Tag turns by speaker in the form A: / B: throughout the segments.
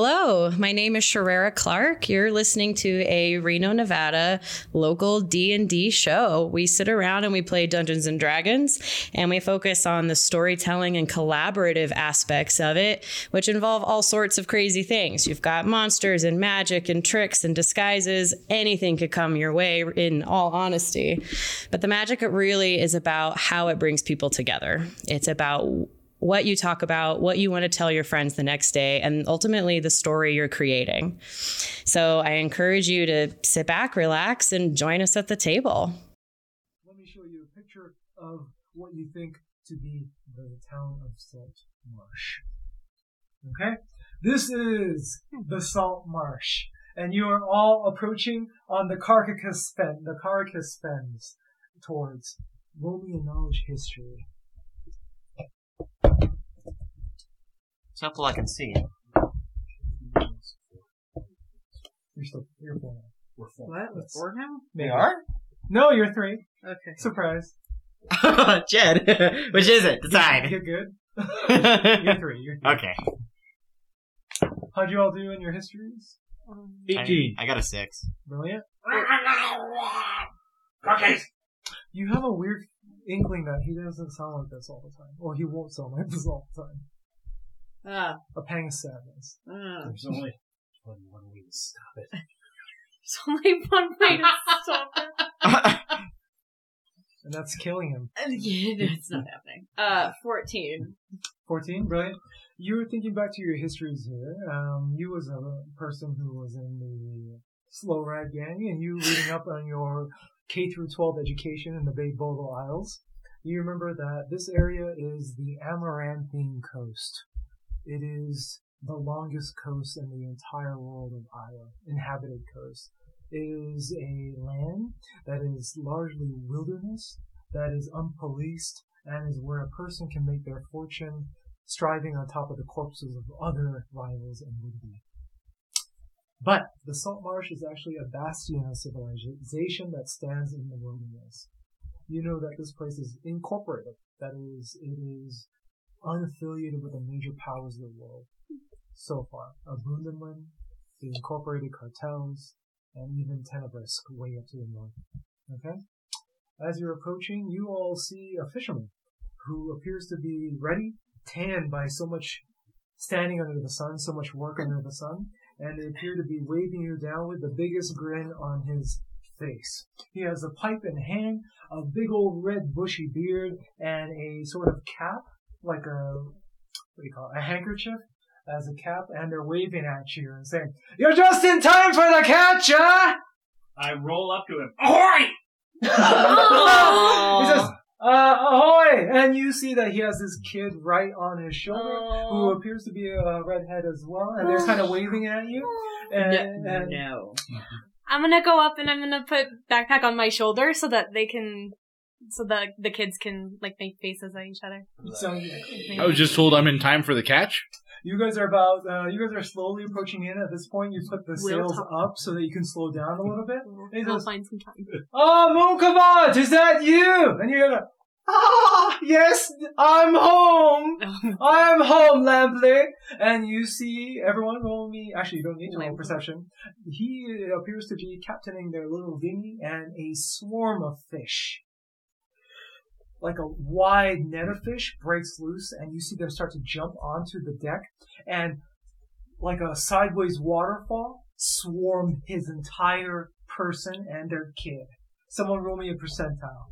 A: Hello, my name is Sherrera Clark. You're listening to a Reno, Nevada local D&D show. We sit around and we play Dungeons and Dragons and we focus on the storytelling and collaborative aspects of it, which involve all sorts of crazy things. You've got monsters and magic and tricks and disguises. Anything could come your way in all honesty. But the magic it really is about how it brings people together. It's about what you talk about, what you want to tell your friends the next day, and ultimately the story you're creating. So I encourage you to sit back, relax, and join us at the table.
B: Let me show you a picture of what you think to be the town of Salt Marsh. Okay? This is the Salt Marsh, and you are all approaching on the Carcacus Fen, the Carcacus Fens towards Romeo Knowledge History.
C: It's not till I can see.
B: You're still, you're four. We're four.
D: What? With four now?
B: They are? No, you're three.
D: Okay.
B: Surprise.
C: Jed, which is it? Decide.
B: You're good. You're
C: okay.
B: three. You're three. How'd you all do in your histories?
C: I, I got a six.
B: Brilliant.
C: Cookies.
B: You have a weird inkling that he doesn't sound like this all the time. Or he won't sound like this all the time.
D: Ah,
B: A pang of sadness.
D: ah.
E: There's only one way to stop it.
D: There's only one way to stop it.
B: And that's killing him.
D: Uh, Yeah, that's not happening. Uh, 14.
B: 14, brilliant. You were thinking back to your histories here. Um, you was a person who was in the slow ride gang, and you reading up on your K through 12 education in the Bay Vogel Isles. You remember that this area is the Amaranthine Coast. It is the longest coast in the entire world of Iowa, inhabited coast. It is a land that is largely wilderness, that is unpoliced, and is where a person can make their fortune striving on top of the corpses of other rivals and would be. But the salt marsh is actually a bastion of civilization that stands in the wilderness. You know that this place is incorporated. That is, it is unaffiliated with the major powers of the world so far. Abundanland, the incorporated cartels, and even Tenebris way up to the north. Okay? As you're approaching, you all see a fisherman who appears to be ready, tanned by so much standing under the sun, so much work under the sun, and they appear to be waving you down with the biggest grin on his face. He has a pipe in hand, a big old red bushy beard, and a sort of cap, like a what do you call it, a handkerchief as a cap, and they're waving at you and saying, "You're just in time for the catch, huh?"
E: I roll up to him. Ahoy!
B: he says, uh, ahoy! And you see that he has this kid right on his shoulder,
F: Oh.
B: who appears to be a redhead as well, and they're kind of waving at you. And,
D: no,
B: and
D: no.
F: I'm gonna go up and I'm gonna put backpack on my shoulder so that they can, so that the kids can like make faces at each other.
B: so
F: Maybe.
G: I was just told I'm in time for the catch.
B: you guys are about, uh, you guys are slowly approaching in. At this point, you put the
F: We'll
B: sails
F: talk.
B: up so that you can slow down a little bit.
F: We'll
B: It
F: I'll
B: is-
F: find some time.
B: Oh, Mukavat, is that you? And you're gonna, ah, yes, I'm home. I'm home, Lampley. And you see everyone roll me. Actually, you don't need to roll
D: Lampley.
B: perception. He appears to be captaining their little dinghy and a swarm of fish. Like a wide net of fish breaks loose, and you see them start to jump onto the deck, and like a sideways waterfall, swarm his entire person and their kid. Someone roll me a percentile.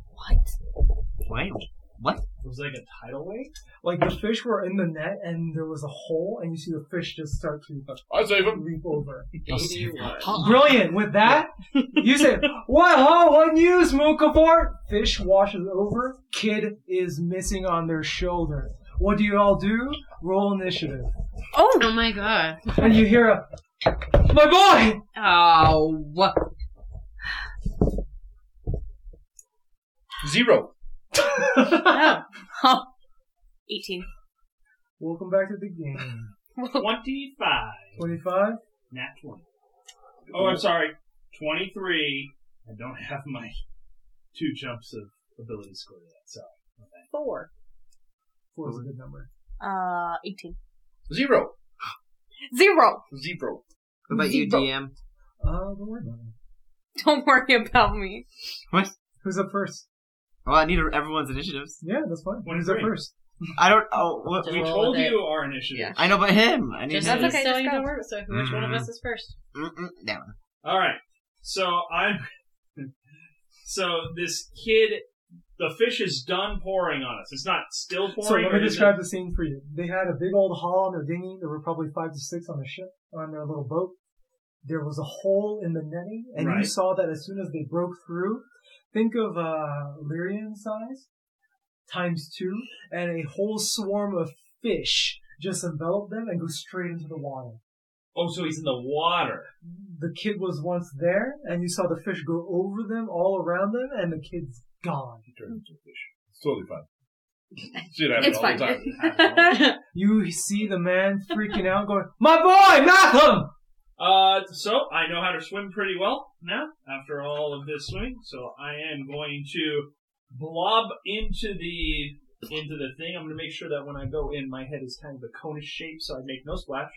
C: Wait. What?
E: It was like a tidal wave.
B: Like the fish were in the net and there was a hole, and you see the fish just start to
G: I save
B: leap over.
C: Huh?
B: Brilliant! With that, you say, "What ho? What news, Mukavort?" Fish washes over. Kid is missing on their shoulder. What do you all do? Roll initiative,
D: Oh my god.
B: and you hear a, "My boy!"
D: Oh. what?
G: Zero.
D: Oh.
F: Eighteen.
B: Welcome back to the game.
E: Twenty-five.
B: Twenty-five.
E: Nat twenty. Oh, I'm sorry. Twenty-three. I don't have my two jumps of ability score yet. So
D: Four.
B: Four is a good number.
F: Uh, eighteen.
G: Zero.
F: Zero.
E: Zero.
C: What about you,
F: Zero.
C: DM?
B: Uh, don't worry about it.
F: Don't worry about me.
C: What?
B: Who's up first?
C: Well, I need everyone's initiatives.
B: Yeah, that's fine.
E: One
B: Who's
E: and
B: up
E: three.
B: first?
C: I don't. Oh, what?
E: We
C: we-
D: Roll
E: told
D: with it.
E: you our initiative.
D: Yeah.
C: I know, but him. I need
D: Just
C: him.
D: that's okay.
F: just
D: Just
F: go.
D: go. Work, so which one of us is first?
C: Mm-mm, that one.
E: All right. So I'm. so this kid, the fish is done pouring on us. It's not still pouring.
B: So let
E: or
B: me
E: is it-
B: describe the scene for you. They had a big old haul on their dinghy. There were probably five to six on the ship, on their little boat. There was a hole in the netting, and you
E: Right.
B: saw that as soon as they broke through. Think of uh, Lyrian size times two, and a whole swarm of fish just enveloped them and go straight into the water.
E: Oh, so he's in the water.
B: The kid was once there, and you saw the fish go over them, all around them, and the kid's gone.
H: It's totally fine. Shit
E: Mm-hmm.
H: happens
D: It's
H: all
D: fine.
H: the time.
B: You see the man freaking out, going, "My boy, Malcolm!"
E: Uh, so I know how to swim pretty well now after all of this swimming. So I am going to blob into the into the thing. I'm going to make sure that when I go in, my head is kind of a conish shape, so I make no splash.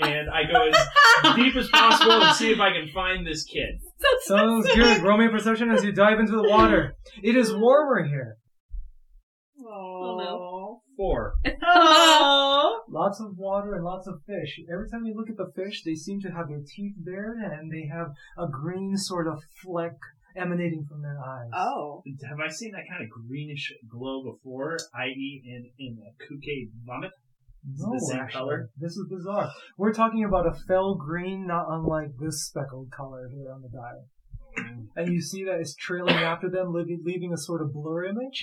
E: And I go as deep as possible and see if I can find this kid.
B: Sounds good. Roll me a perception as you dive into the water. It is warmer here.
D: Oh
E: Four.
F: Oh.
D: no.
B: Lots of water and lots of fish. Every time you look at the fish, they seem to have their teeth there and they have a green sort of fleck emanating from their eyes.
D: Oh.
E: Have I seen that kind of greenish glow before, i.e., in in a kuke vomit?
B: no,
E: the same
B: actually.
E: color?
B: This is bizarre. We're talking about a fell green, not unlike this speckled color here on the dial. And you see that it's trailing after them, leaving leaving a sort of blur image,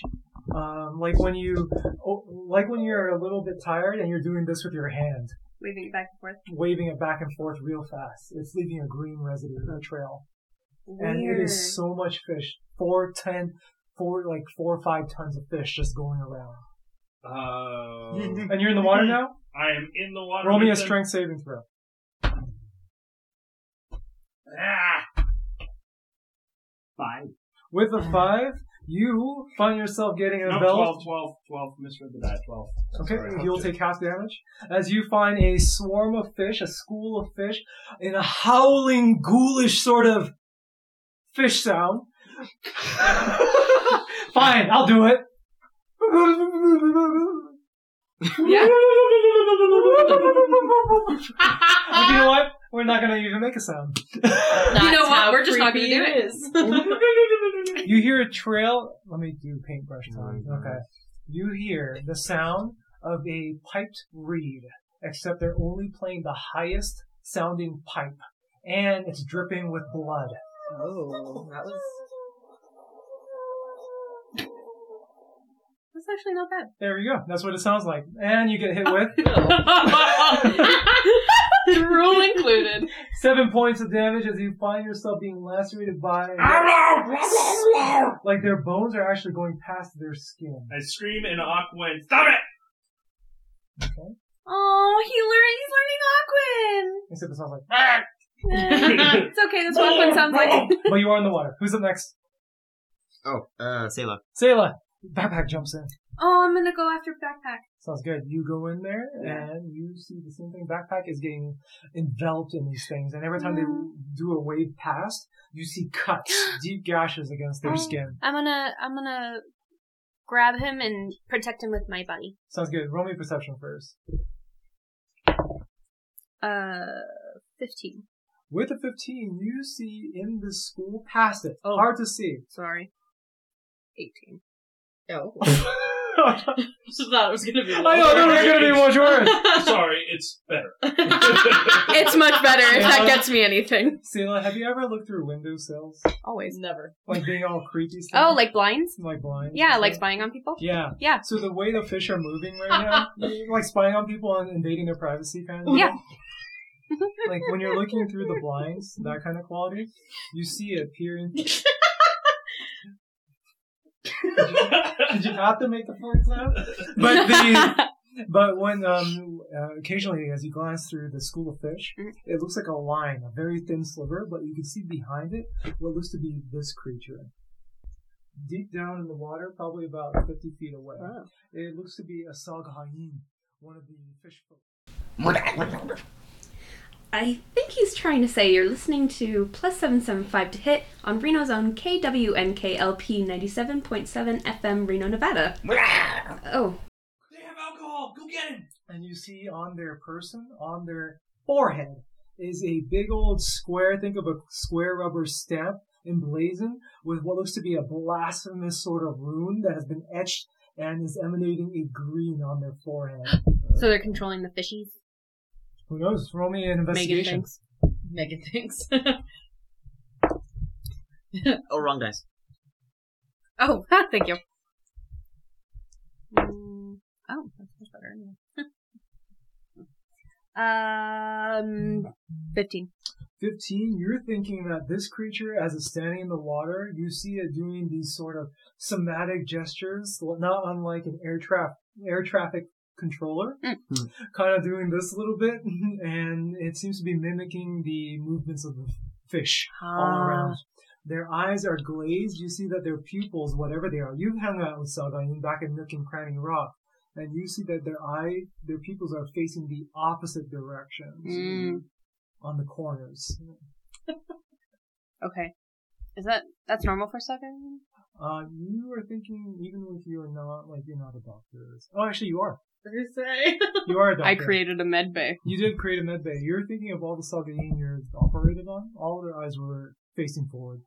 B: um, like when you, oh, like when you're a little bit tired and you're doing this with your hand.
F: Waving it back and forth.
B: waving it back and forth real fast. It's leaving a green residue, a trail. And it is so much fish. Four, ten, four, like four or five tons of fish just going around.
E: Oh.
B: And you're in the water now?
E: I am in the water.
B: Roll me a
E: with them.
B: strength saving throw.
E: Ah! Five.
B: With a five, you find yourself getting
E: No,
B: enveloped.
E: 12, 12, 12. Misread the die. 12.
B: Okay,
E: Sorry.
B: you'll take half damage. As you find a swarm of fish, a school of fish, in a howling, ghoulish sort of fish sound. Fine, I'll do it.
D: Yeah.
B: But you know what? We're not gonna even make a sound.
D: you know
F: That's how
D: what? We're just not gonna
F: creepy
D: do
F: it
D: it.
F: is.
B: you hear a trail. Let me do paintbrush time. Okay. You hear the sound of a piped reed, except they're only playing the highest sounding pipe, and it's dripping with blood.
D: Oh, that was.
F: That's actually not bad.
B: There we go. That's what it sounds like. And you get hit with
D: Drool included.
B: seven points of damage as you find yourself being lacerated by. Like their bones are actually going past their skin.
E: I scream in Aquan, stop it!
F: Oh, he learned.
B: Except it sounds like.
F: He's learning Aquan. it's okay. That's what Aquan sounds like.
B: But you are in the water. Who's up next?
C: Oh, uh, Sayla.
B: Sayla. Backpack jumps in.
F: Oh, I'm gonna go after backpack.
B: Sounds good. You go in there and you see the same thing. Backpack is getting enveloped in these things, and every time
F: Mm-hmm.
B: they do a wave past, you see cuts, deep gashes against their
F: Oh.
B: skin.
F: I'm gonna I'm gonna grab him and protect him with my bunny.
B: Sounds good. Roll me perception first.
F: Uh, fifteen.
B: With a 15, you see in this school past it.
F: Oh.
B: Hard to see.
F: Sorry. Eighteen.
D: Oh.
B: I
D: Just thought it was gonna be.
B: know there was going to be much worse.
E: Sorry, it's better.
D: it's much better if that gets me anything.
B: Sayla, have you ever looked through window sills?
F: Always.
D: Never.
B: Like being all creepy stuff?
F: Oh, like blinds?
B: like blind?
F: Yeah, like spying on people.
B: Yeah.
F: Yeah.
B: So the way the fish are moving right now, you're, like spying on people and invading their privacy kind of.
F: Yeah.
B: Like when you're looking through the blinds, that kind of quality, you see it appearing. did, you, did you have to make the fork sound? But the but when um uh, occasionally as you glance through the school of fish,
F: Mhm.
B: it looks like a line, a very thin sliver, but you can see behind it what looks to be this creature. Deep down in the water, probably about 50 feet away. It looks to be a Salgahain, one of the fish folk.
I: I think he's trying to say you're listening to plus 775 to hit on Reno's own KWNKLP 97.7 FM Reno, Nevada. Oh,
E: They have alcohol. Go get him.
B: and you see on their person, on their forehead, is a big old square, think of a square rubber stamp emblazoned with what looks to be a blasphemous sort of rune that has been etched and is emanating a green on their forehead.
D: So they're controlling the fishies.
B: Who knows? Roll me an
D: Megan
B: investigation.
D: thinks. Megan thinks.
C: Oh, wrong dice.
D: oh, thank you. Mm, Oh, that's much better. um, fifteen.
B: 15, you're thinking that this creature, as it's standing in the water, you see it doing these sort of somatic gestures, not unlike an air, traf- air traffic controller, kind of doing this a little bit, and it seems to be mimicking the movements of the fish all
D: Ah.
B: around. Their eyes are glazed. You see that their pupils, whatever they are, you've hung out with Sagan back in Nook and Cranny Rock, and you see that their eye, their pupils are facing the opposite directions
D: Mm,
B: on the corners.
D: Ah, okay. Is that that's normal for second?
B: Uh, you are thinking, even if you are not, like, you're not a doctor. Oh, actually, you are. You are a doctor.
D: I created a med bay.
B: You did create a med bay. You're thinking of all the Salgadine you're operated on. All of their eyes were facing forward.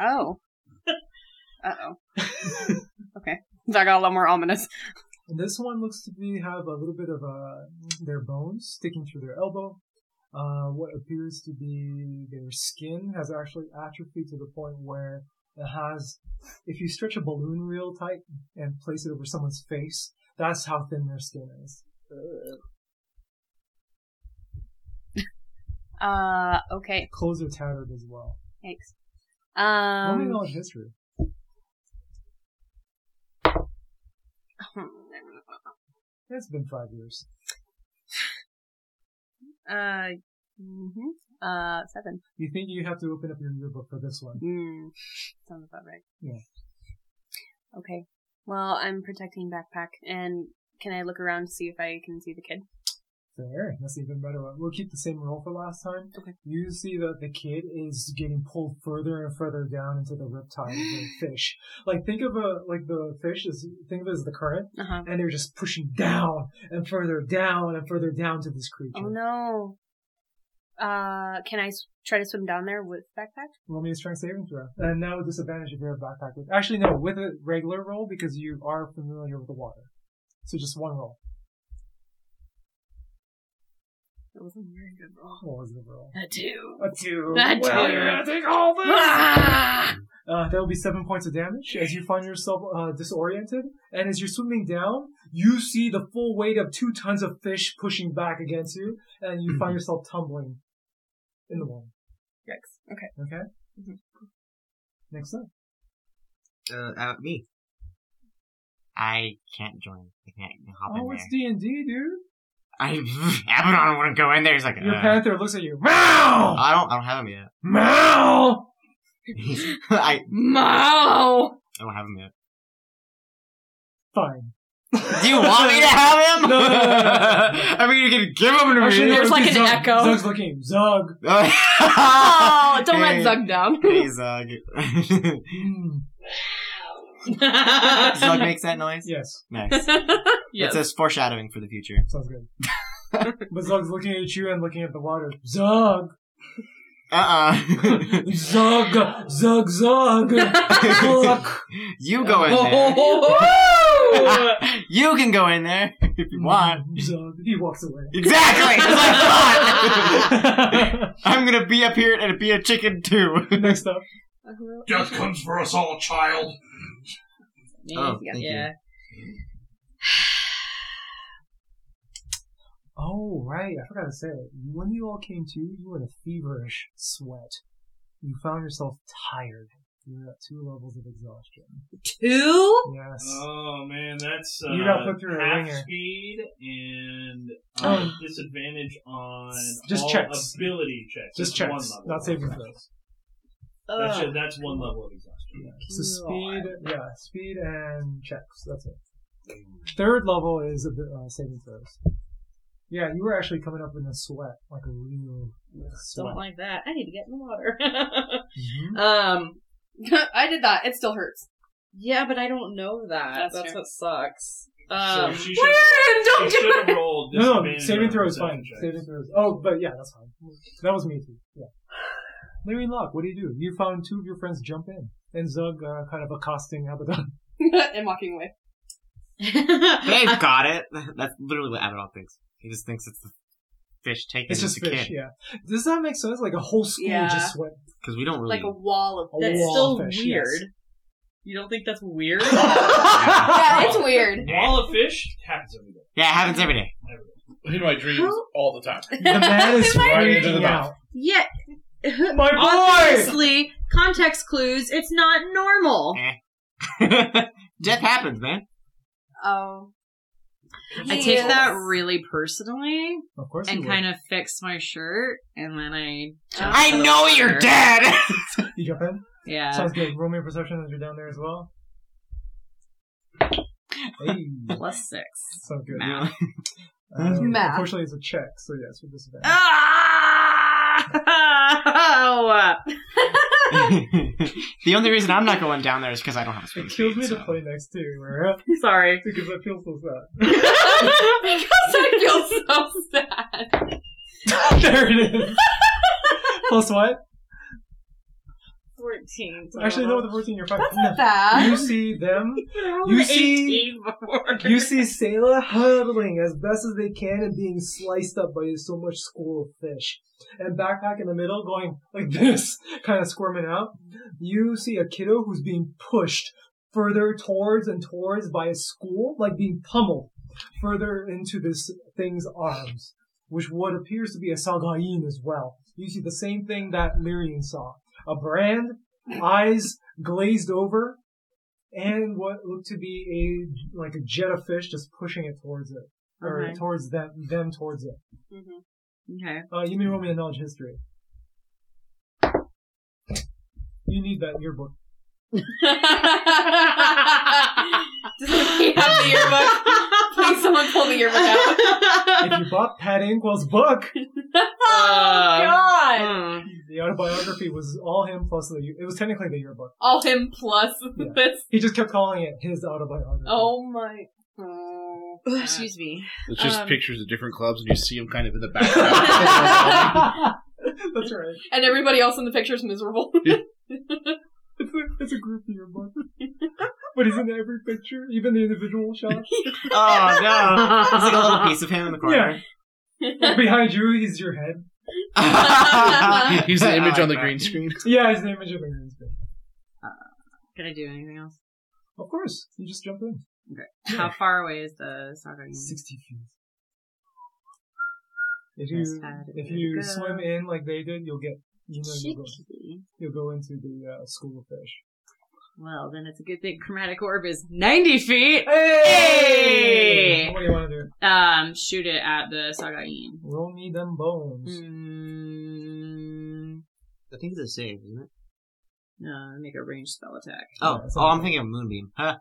D: Oh. Uh oh. okay. That got a lot more ominous.
B: And this one looks to be have a little bit of uh, their bones sticking through their elbow. Uh, what appears to be their skin has actually atrophy to the point where it has, if you stretch a balloon real tight and place it over someone's face, that's how thin their skin is.
D: Uh, okay.
B: Clothes are tattered as well.
D: Thanks.
B: Roll me
D: Um,
B: knowledge history.
D: hmm,
B: It's been five years.
D: uh, mhm. uh, seven.
B: You think you have to open up your yearbook for this one?
D: Mm, sounds about right.
B: Yeah.
D: Okay. Well, I'm protecting backpack, and can I look around to see if I can see the kid?
B: Fair. That's even better. one. We'll keep the same roll for last time.
D: Okay.
B: You see that the kid is getting pulled further and further down into the riptide of the fish. Like think of a like the fish is think of it as the current,
D: Uh huh.
B: and they're just pushing down and further down and further down to this creature.
D: Oh no. Uh, can I s- try to swim down there with backpack?
B: Roll me a strength saving throw, and now disadvantage if you have backpack. Actually, no, with a regular roll because you are familiar with the water. So just one roll.
D: That wasn't a very good Oh, roll.
B: What was the roll?
D: A two.
B: A two.
D: A
B: well,
D: two.
B: you're gonna take all this.
D: Ah!
B: Uh, that will be seven points of damage as you find yourself uh, disoriented. And as you're swimming down, you see the full weight of two tons of fish pushing back against you, and you find yourself tumbling in the water.
D: Yikes. Okay.
B: Okay? Next up.
C: Uh, uh, me. I can't join. I can't hop
B: Oh,
C: in
B: it's
C: there.
B: D&D, dude.
C: I Abaddon wouldn't go in there. He's like,
B: Your
C: uh,
B: panther looks at you. Meow!
C: I don't. I don't have him yet.
B: Meow!
C: I
D: Mo!
C: I don't have him yet.
B: Fine.
C: Do you want me to have him?
B: No, no, no, no, no.
C: I mean, you can give him to
B: Actually,
C: me.
B: no,
D: There's
B: it's
D: like an
B: Zug.
D: echo.
B: Zug's looking. Zug.
D: Oh, don't let Zug down.
C: Hey, Zug.
B: Mm.
C: Zug makes that noise.
B: Yes.
C: Nice.
D: yes.
C: It's a foreshadowing for the future.
B: Sounds good. but Zug's looking at you and looking at the water. Zug!
C: Uh uh
B: Zug! Zug! Zug! Look!
C: you go in
B: Oh,
C: there. you can go in there if you want.
B: Zug. He walks away.
C: Exactly. That's what I thought. I'm gonna be up here and be a chicken too.
B: Next up.
H: Death comes for us all, child.
C: Oh, thank you.
B: Oh, right. I forgot to say it. When you all came to, you were in a feverish sweat. You found yourself tired. You were at two levels of exhaustion.
D: Two?
B: Yes.
E: Oh man, that's uh,
B: You got put through a
E: half
B: ringer. Oh.
E: speed and uh, disadvantage on
B: Just
E: all
B: checks.
E: ability checks.
B: Just
E: It's
B: checks,
E: one level.
B: not saving throws.
E: That's, it, that's one level of exhaustion.
B: Yeah. So speed, yeah, speed and checks. That's it. Third level is a bit, uh, saving throws. Yeah, you were actually coming up in a sweat, like a real sweat.
J: Don't like that. I need to get in the water.
B: Mhm.
J: um,
D: I did that. It still hurts.
J: yeah, but I don't know that.
D: That's
J: That's,
D: true.
J: what sucks. Um,
E: so she should,
J: Weird! Don't
E: she
J: do
E: should
J: it.
E: have rolled
B: No, no,
E: disadvantage
B: saving
E: on
B: throw is fine.
E: perception checks.
B: Saving throw is. Oh, but yeah, that's fine. That was me too. Yeah. Larry and Locke, what do you do? You found two of your friends jump in, and Zug uh, kind of accosting Abaddon.
D: and walking away.
C: They've got it. That's literally what Abaddon thinks. He just thinks it's the fish taking
B: It's just
C: the
B: fish,
C: kid.
B: yeah. Does that make sense? Like a whole school
D: Yeah.
B: just went.
C: Because we don't really.
D: Like a wall of.
B: A
J: That's
B: wall
J: still
B: of fish, yes.
J: weird. You don't think that's weird?
D: Yeah, it's weird.
E: Wall of fish happens every day.
C: yeah, it happens every day.
H: In my dreams all the time.
B: The man is
H: Am I reading
B: freaking
H: it
B: out.
J: yeah.
B: My boy!
J: Obviously, context clues. It's not normal.
C: Death happens, man.
D: Oh.
J: I take that really personally
B: Of course,
J: and kind of fix my shirt, and then I. jump
C: I
J: to the
C: know you're
J: water.
C: dead!
B: of you jump in.
J: Yeah.
B: Sounds good. Roll me a perception as you're down there as well. Hey,
J: Plus six.
B: sounds good.
J: Math.
B: Uh,
D: Math.
B: Unfortunately, it's a check, so yes, with this event.
J: Ah!
C: the only reason I'm not going down there is because I don't have a swim.
B: It kills me
C: speed,
B: to
C: so.
B: play next to you, Maria,
J: Sorry.
B: because I feel so sad.
D: because I feel so sad.
B: there it is. Plus what?
J: 14.
B: Actually, no, the 14 you're fine.
D: Sad.
B: You see them.
J: You
B: You see.
J: see, before.
B: You see Sayla huddling as best as they can and being sliced up by so much school of fish. And Backpack in the middle going like this, kind of squirming out. You see a kiddo who's being pushed further towards and towards by a school, like being pummeled further into this thing's arms, which what appears to be a Sagain as well. You see the same thing that Lyrian saw. A brand, eyes glazed over, and what looked to be a like a jet of fish just pushing it towards it or
J: Okay. Mm-hmm.
B: towards them them towards it.
J: Okay.
B: Uh, you may roll me a knowledge history. You need that yearbook.
D: Does anybody have the yearbook? Please, someone pull the yearbook out.
B: if you bought Pat Inkwell's book,
J: Oh,
D: God.
B: the autobiography was all him plus the. It was technically the yearbook.
D: All him plus
B: Yeah.
D: this.
B: He just kept calling it his autobiography.
D: Oh my. Oh.
J: Excuse me.
G: It's just
D: Um.
G: pictures of different clubs, and you see them kind of in the background.
B: that's right.
D: And everybody else in the picture is miserable.
B: It's a, it's a group yearbook. but he's in every picture, even the individual shots.
C: Oh, no. It's like a little piece of him in the corner.
B: Behind you, he's your head.
G: He's the
C: I
G: image
C: like
G: on the
C: that.
G: green screen.
B: Yeah, his name is Jim Green screen.
J: Uh, Can I do anything else?
B: Of course, you just jump in.
J: How far away is the soccer game?
B: Sixty feet. If
J: Just
B: you
J: had a
B: if
J: good
B: you
J: go.
B: swim in like they did, you'll get you know you'll go,
J: Chicky.
B: you'll go into the uh, school of fish.
J: Well, then it's a good thing chromatic orb is 90 feet.
B: Hey! What do you want to do?
J: Um, shoot it at the Hmm. Sagain.
B: Roll me them bones.
J: Mm,
C: I think it's a save, isn't it?
J: no, make a ranged spell attack.
C: Oh, oh I'm thinking of Moonbeam. Huh.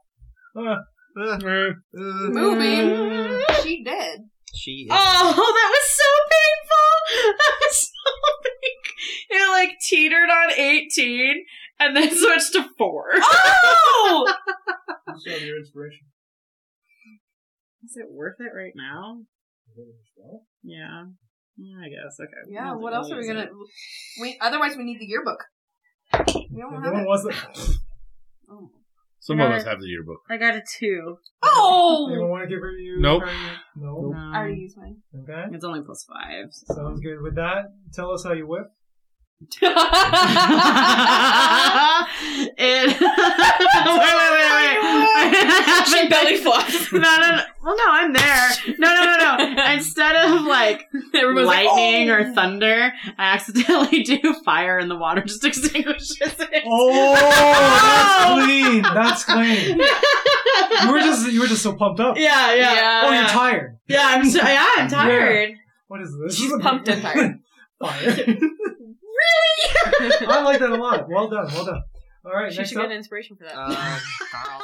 C: Uh,
B: Ah,
D: Moving.
J: Mm-hmm.
D: She did.
C: She
B: Ah!
C: is.
J: Oh, that was so painful! That was so big. It like teetered on 18 and then switched to 4. Oh!
E: So your inspiration.
J: Is it worth it right now? Yeah. Yeah, I guess. Okay.
D: Yeah,
J: Well,
D: what
J: then
D: else are
J: we'll
D: we
J: use
D: gonna.
J: it.
D: We, otherwise, we need the yearbook. We don't
B: no
D: have
B: one
D: it.
B: wants to.
D: Oh.
G: Some of us have the yearbook.
J: I got a 2.
B: Anyone
D: oh!
B: want to give her you?
G: Nope.
B: No.
J: No.
D: I already used mine.
B: Okay.
J: um, It's only plus 5. so-
B: Sounds good. With that, tell us how you whip.
J: it. wait, wait, wait, wait.
D: She belly flops.
J: No, no, no. Well, no, I'm there. No, no, no, no. Instead of like
D: Everyone's like,
J: lightning
D: "Oh."
J: or thunder, I accidentally do fire, and the water just extinguishes it.
B: Oh, that's clean. That's clean. You were just you were just so pumped up.
J: yeah, yeah, yeah.
B: Oh, you're tired.
J: yeah, I'm so, yeah, I'm tired.
B: What is this?
D: She's pumped and tired.
B: Fire. I like that a lot. Well done. Well done. All right.
D: She
B: next
D: should
B: up.
D: get
C: Um,
D: an inspiration for that.
C: Uh, Carl.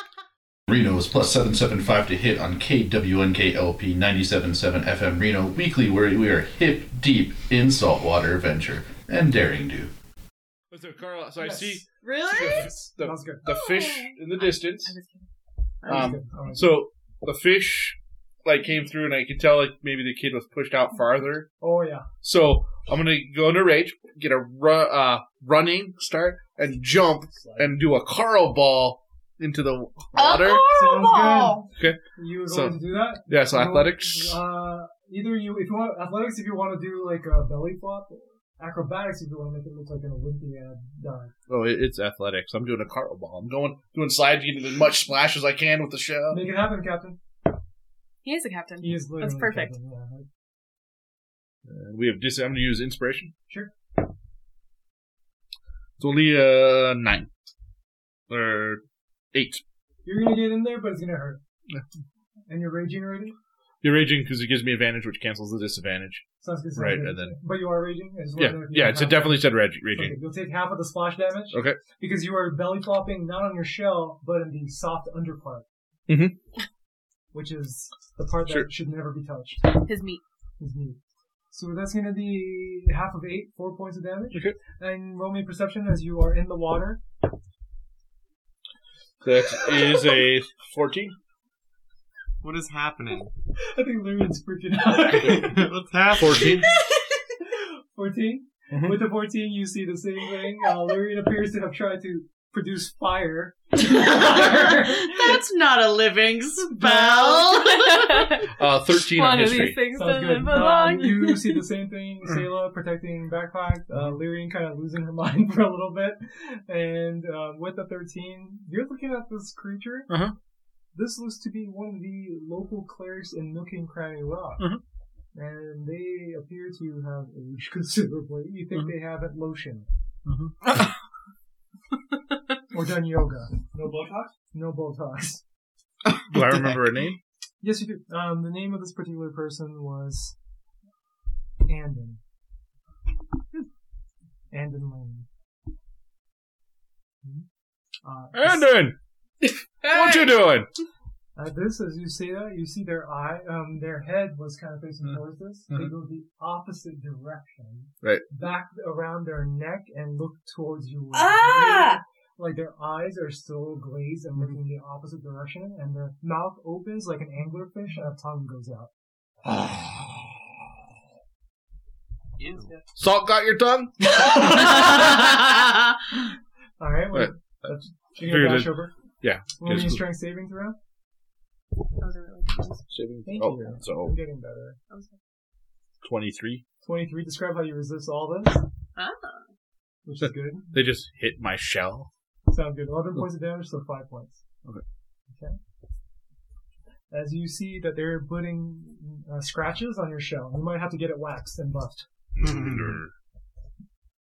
G: Reno is plus 775 to hit on KWNKLP 97.7 FM Reno Weekly, where we are hip deep in saltwater adventure and daring do.
H: So, Carl, so I see
J: Really?
H: the,
B: Oh.
H: the fish in the distance.
B: was
H: Um,
B: good. I was
H: so the fish like came through, and I could tell like maybe the kid was pushed out farther.
B: Oh yeah.
H: So I'm gonna go into rage, get a ru- uh, running start, and jump and do a Carl ball into the water.
B: Sounds
J: Oh.
H: Okay.
B: good. You were
H: So-
B: going to do that?
H: Yeah. So
B: You-
H: athletics.
B: Uh, either you, if you want athletics, if you want to do like a belly flop, acrobatics if you want to make it look like an Olympiad uh, dive.
H: Oh, it, it's athletics. I'm doing a Carl ball. I'm going doing slides, getting as much splash as I can with the shell.
B: Make it happen, Captain.
D: He is a captain.
B: He is literally
D: That's perfect.
B: Captain, yeah.
H: And we have dis. I'm gonna use inspiration.
B: Sure.
H: It's only uh nine or eight.
B: You're gonna get in there, but it's gonna hurt.
H: Yeah.
B: And you're raging already.
H: You're raging because it gives me advantage, which cancels the disadvantage.
B: Sounds good. sounds
H: Right,
B: good.
H: and then-
B: But you are raging. I just wanna
H: Yeah,
B: know if you
H: yeah.
B: have
H: It's
B: half-
H: definitely said rag-
B: Okay,
H: raging.
B: you'll take half of the splash damage
H: Okay.
B: because you are belly flopping not on your shell, but in the soft underpart,
H: Mm-hmm.
B: which is the part
H: Sure.
B: that should never be touched.
D: His meat.
B: Is me. So that's gonna be half of eight, four points of damage,
H: Okay.
B: and roll me perception as you are in the water.
H: That is a fourteen.
C: What is happening?
B: I think Lyrian's freaking out.
C: What's happening?
H: Fourteen.
B: 14
H: Mhm.
B: With the fourteen, you see the same thing. Uh, Lyrian appears to have tried to produce fire.
J: That's not a living spell.
H: Uh, thirteen on
J: One of these
H: history.
J: things
B: Sounds
J: doesn't
B: good. Um,
J: belong.
B: you see the same thing. Sayla protecting backpack. Uh, Lyrian kind of losing her mind for a little bit. And uh, with the 13, you're looking at this creature.
H: Uh-huh.
B: This looks to be one of the local clerics in Nook and Cranny Rock.
H: Mhm.
B: And they appear to have aged considerably. You think they haven't lotion. or done yoga.
E: No Botox?
B: No Botox.
H: Do I remember a name?
B: Yes, you do. Um, the name of this particular person was Andon. Andon Lane. Uh,
H: Andon, what you doing?
B: At uh, this, as you see that, you see their eye, um, their head was kind of facing
H: Mhm.
B: towards this. They
H: Mhm.
B: go the opposite direction,
H: Right.
B: Back around their neck and look towards you.
J: Ah!
B: Like their eyes are still glazed and looking the opposite direction, and their mouth opens like an anglerfish, and a tongue goes out.
H: Salt got your tongue?
B: All right, well,
H: Right.
B: that's, you're gonna
H: Figured
B: dash
H: it-
B: over.
H: Yeah.
B: Roll me a
H: Yes.
B: strength saving throw. Thank
H: Oh,
B: you. I'm
H: so
B: getting better.
H: twenty-three.
B: Twenty-three. Describe how you resist all this,
D: Ah.
B: which is good.
H: They just hit my shell.
B: Sound good. 11 points of damage, so 5 points.
H: Okay.
B: Okay. As you see that they're putting uh, scratches on your shell, you might have to get it waxed and buffed.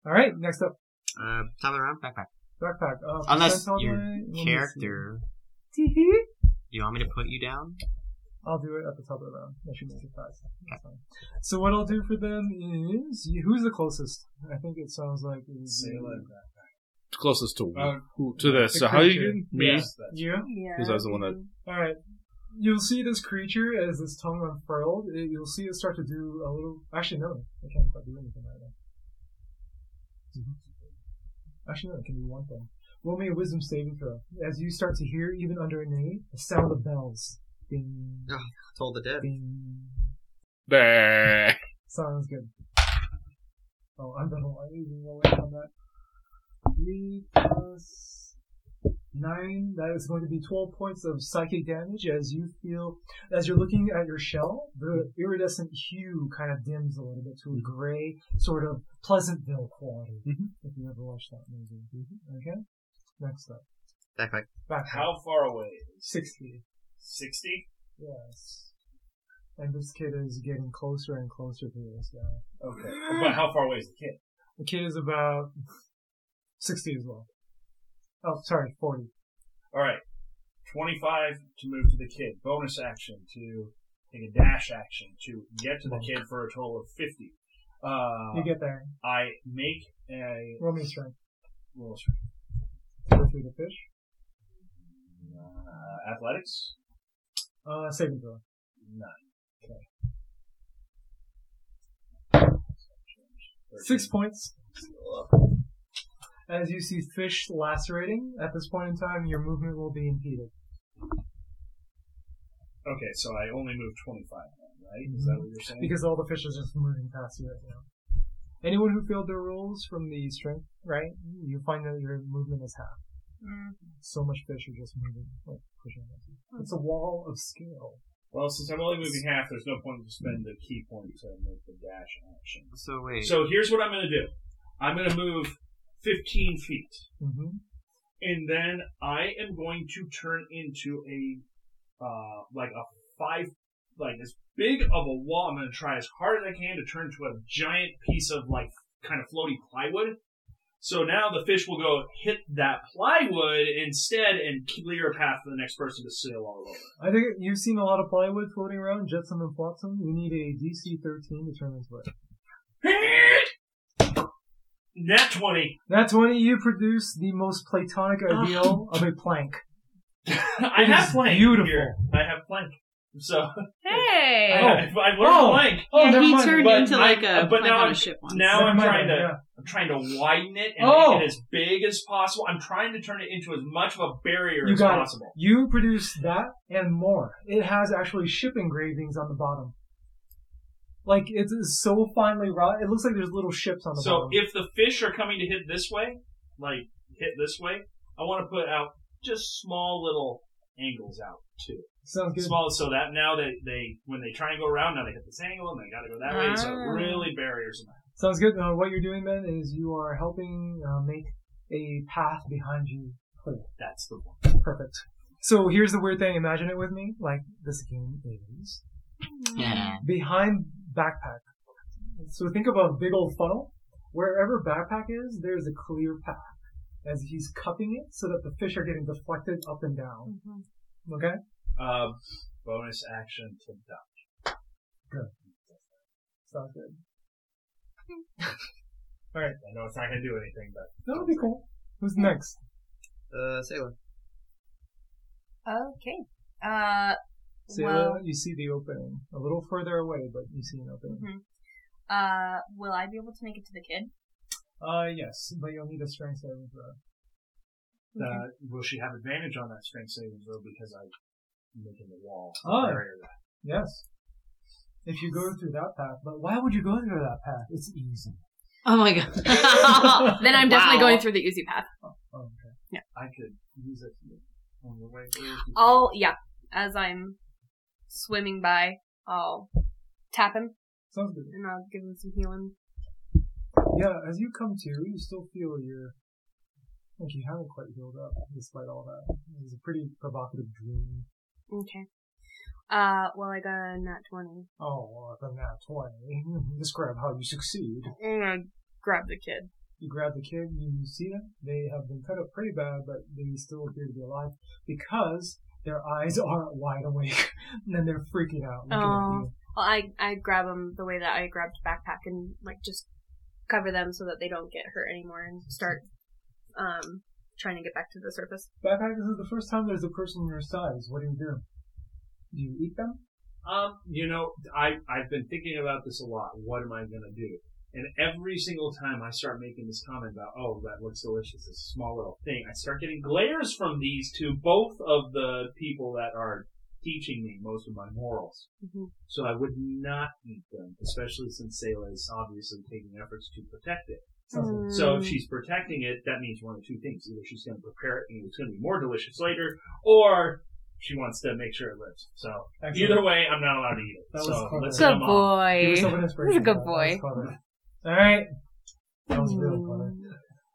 B: All right, next up,
C: Uh, top of the round, backpack.
B: backpack. Uh,
C: Unless
B: percent on my-
C: your
B: let me see.
C: character. Do you want me to put you down?
B: I'll do it at the top of the round. That should make it fast. That's fine. So what I'll do for them is who's the closest? I think it sounds like it's
H: It's closest to
B: Uh,
H: who- to this. So how you doing? Me?
B: Yeah. You?
D: Yeah.
H: Because I was the one that.
B: All right. You'll see this creature as this tongue unfurled. It, you'll see it start to do a little. Actually, no, I can't quite do anything right now. Actually, no, it can do one thing. Roll me a wisdom saving throw. As you start to hear, even under an eight, the sound of bells. Ding,
C: Oh. Told the dead.
B: ding.
H: Bah.
B: Sounds good. Oh, I'm gonna lie. You roll it on that. Three plus nine. That is going to be twelve points of psychic damage as you feel as you're looking at your shell. The iridescent hue kind of dims a little bit to a gray, sort of Pleasantville quality. If you ever watched that movie. Okay. Next up,
C: Backpack.
B: back up.
E: How far away?
B: sixty.
E: 60?
B: Yes. And this kid is getting closer and closer to this guy.
E: Okay. But how far away is the kid?
B: The kid is about 60 as well. Oh, sorry, 40.
E: Alright. 25 to move to the kid. Bonus action to take a dash action to get to the kid for a total of 50.
B: You
E: Uh,
B: get there.
E: I make a
B: Roll me a strength.
E: roll.
B: Go through the fish.
E: Uh, athletics?
B: Uh, saving throw.
E: Nine.
B: Six points. As you see fish lacerating, at this point in time, your movement will be impeded.
E: Okay, so I only move 25 then, right? Is that what you're saying?
B: Mhm. Because all the fish are just moving past you right now. Anyone who failed their rolls from the strength, right? You find that your movement is half. So much fish are just moving, like pushing at you. It's a wall of scale.
E: Well, since I'm only moving half, there's no point to spend the key point to make the dash action.
C: So wait.
E: So here's what I'm going to do. I'm going to move 15 feet,
B: Mm-hmm.
E: and then I am going to turn into a uh, like a five, like as big of a wall. I'm going to try as hard as I can to turn to a giant piece of like kind of floaty plywood. So now the fish will go hit that plywood instead and clear a path for the next person to sail all over.
B: I think you've seen a lot of plywood floating around, jetsam and flotsam. You need a DC 13 to turn this way.
E: Nat 20.
B: That's when you produce the most platonic ideal of a plank.
E: I
B: It
E: have
B: is
E: plank.
B: beautiful.
E: Here. I have plank. So
J: Hey!
E: I, have- I learned
B: Oh.
E: plank.
B: Oh,
J: yeah,
B: never
J: he
B: mind.
J: turned
E: But
J: into
E: I- uh,
J: like a
E: but
J: like
E: now
J: on
E: I'm-
J: a ship once.
E: Now
B: Never
E: I'm
B: mind,
E: trying to
B: yeah.
E: I'm trying to widen it and
B: Oh.
E: make it as big as possible. I'm trying to turn it into as much of a barrier
B: You
E: as
B: got
E: possible.
B: it. You produce that and more. It has actually ship engravings on the bottom. Like it is so finely wrought. It looks like there's little ships on the
E: So
B: bottom.
E: if the fish are coming to hit this way, like hit this way, I want to put out just small little angles out too.
B: Sounds good.
E: Small so that now that they when they try and go around, now they hit this angle and they gotta go that way. So
J: Ah.
E: really barriers them out.
B: Sounds good. Uh, what you're doing then is you are helping uh, make a path behind you clear.
E: That's the one.
B: Perfect. So here's the weird thing. Imagine it with me. Like this game is
C: Yeah.
B: behind backpack. So think of a big old funnel. Wherever backpack is, there's a clear path. As he's cupping it so that the fish are getting deflected up and down. Okay?
E: Uh, bonus action to dodge.
B: Sounds good.
E: I know it's not gonna do anything, but
B: That would be cool. Who's next?
C: Uh, Sailor.
D: Okay. Uh,
B: So
D: well,
B: you see the opening. A little further away, but you see an opening.
D: uh, will I be able to make it to the kid?
B: Uh, yes, but you'll need a strength saving throw.
E: uh, will she have advantage on that strength saving throw because I'm making the wall a
B: Oh.
E: barrier?
B: Yes. If you go through that path, but why would you go through that path? It's easy.
J: Oh my god.
F: then I'm definitely
J: Wow.
F: going through the easy path.
B: Oh, okay.
E: I could use it on the way through.
D: I'll, yeah, as I'm swimming by, I'll tap him
B: Sounds good.
D: and I'll give him some healing.
B: Yeah, as you come to, you still feel your. Like you haven't quite healed up despite all that. It was a pretty provocative dream.
D: Okay. Uh, well, I got a nat 20.
B: Oh, well, if I'm not 20, describe how you succeed.
D: I'm gonna grab the kid.
B: You grab the kid, you see them. They have been cut up pretty bad, but they still appear to be alive because their eyes are wide awake and then they're freaking out. looking at
D: Aw.
B: you.
D: Well, I, I grab him the way that I grabbed backpack and, like, just cover them so that they don't get hurt anymore and start, um, trying to get back to the surface.
B: Backpack, this is the first time there's a person your size. What do you do? Do you eat them?
E: Um, you know, I I've been thinking about this a lot. What am I gonna do? And every single time I start making this comment about, oh, that looks delicious, it's a small little thing, I start getting glares from these two, both of the people that are teaching me most of my morals.
D: Mhm.
E: So I would not eat them, especially since Sayla is obviously taking efforts to protect it.
B: Sounds
F: Hmm.
B: good.
E: So if she's protecting it, that means one of two things. Either she's going to prepare it and it's going to be more delicious later, or she wants to make sure it lives. So
B: Excellent.
E: either way, I'm not allowed to eat it.
B: That was
E: so
B: clever.
E: let's
B: Good
E: get
F: Good
E: them all.
B: Give yourself
F: boy.
B: an inspiration.
F: good
B: That was
F: boy.
B: clever. All right. That was really
D: Hmm.
B: clever.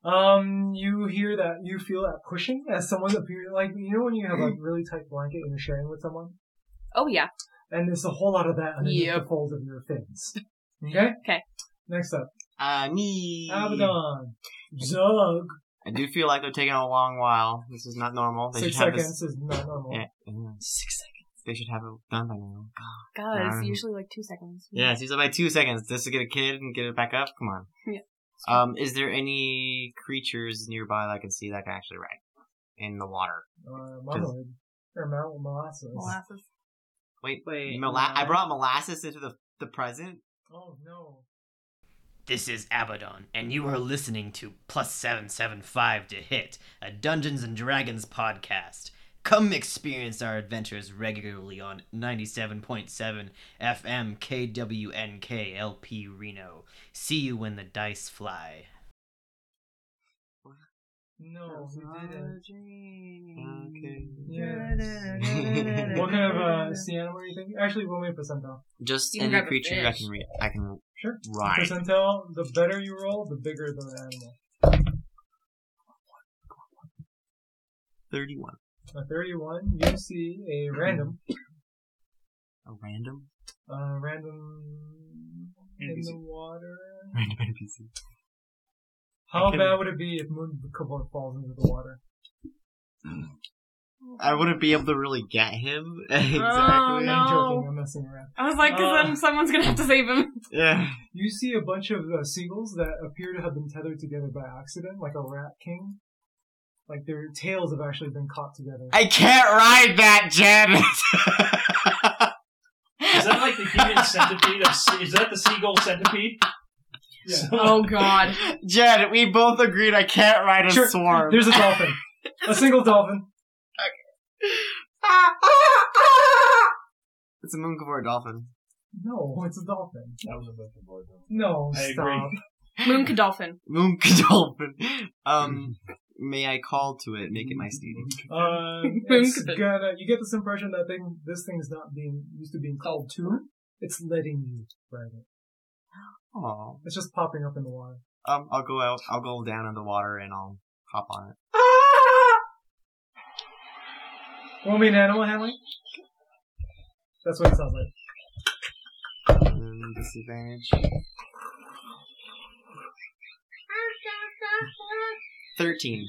B: Um, you hear that, you feel that pushing as someone appears, like, you know when you have a
F: Hmm.
B: really tight blanket and you're sharing with someone?
D: Oh, yeah.
B: And there's a whole lot of that underneath
J: Yep.
B: the folds of your fins. Okay?
D: Okay.
B: Next up,
C: Uh, me.
B: Abaddon. Zug.
C: I do feel like they're taking a long while. This is not normal. They
B: Six
C: should have
B: seconds is not normal.
C: This, yeah, yeah. Six seconds. They should have it done by now. God.
D: God, it's
C: Um,
D: usually like two seconds.
C: Yeah, it's usually by two seconds just to get a kid and get it back up. Come on.
D: Yeah.
C: Um, is there any creatures nearby that I can see that I can actually ride? in the water.
B: Uh, marmalade. Or mel- molasses.
D: Molasses.
C: Wait,
B: Wait,
C: Mola-
B: no.
C: I brought molasses into the the present.
B: Oh, no.
K: This is Abaddon, and you are listening to Plus 775 to Hit, a Dungeons and Dragons podcast. Come experience our adventures regularly on 97.7 FM KWNK LP Reno. See you when the dice fly.
B: No, we didn't.
C: Okay.
B: Yeah. what kind of uh, Sienna were you thinking? Actually, we'll wait percentile.
C: Just
B: You can
C: any
B: grab a
C: creature I
B: fish.
C: can re- I can
B: Sure.
C: ride.
B: Percentile, the better you roll, the bigger the animal.
C: Thirty-one.
B: A 31, you see a random,
C: A random
B: uh, random in the water.
C: random NPC.
B: How
C: I can-
B: bad would it be if Moon Cobalt falls into the water?
C: I wouldn't be able to really get him
B: Oh,
C: exactly. Oh,
B: I'm joking, I'm messing around.
F: I was like, 'cause then someone's gonna have to save him.
C: Yeah.
B: You see a bunch of uh, seagulls that appear to have been tethered together by accident, like a rat king. Like their tails have actually been caught together.
C: I can't ride that, Janet.
E: Is that like the human centipede? Of, se- is that the seagull centipede?
J: Oh God.
C: Jed, we both agreed I can't ride a
B: Sure,
C: swarm.
B: There's a dolphin. a single dolphin.
C: It's a Mooncore dolphin.
B: No, Oh, it's a dolphin. That was a Moonka No,
C: I
B: stop.
C: agree.
F: Moon Cadolphin.
C: Moon dolphin. Um, may I call to it? Make it my steed.
B: Uh, it's gonna, you get this impression that thing, this thing's not being used to being called to. It's letting you ride it.
C: Aw.
B: It's just popping up in the water.
C: Um, I'll go out. I'll go down in the water and I'll hop on it.
B: Want me an animal handling? That's what it sounds like.
C: Um, disadvantage. Thirteen.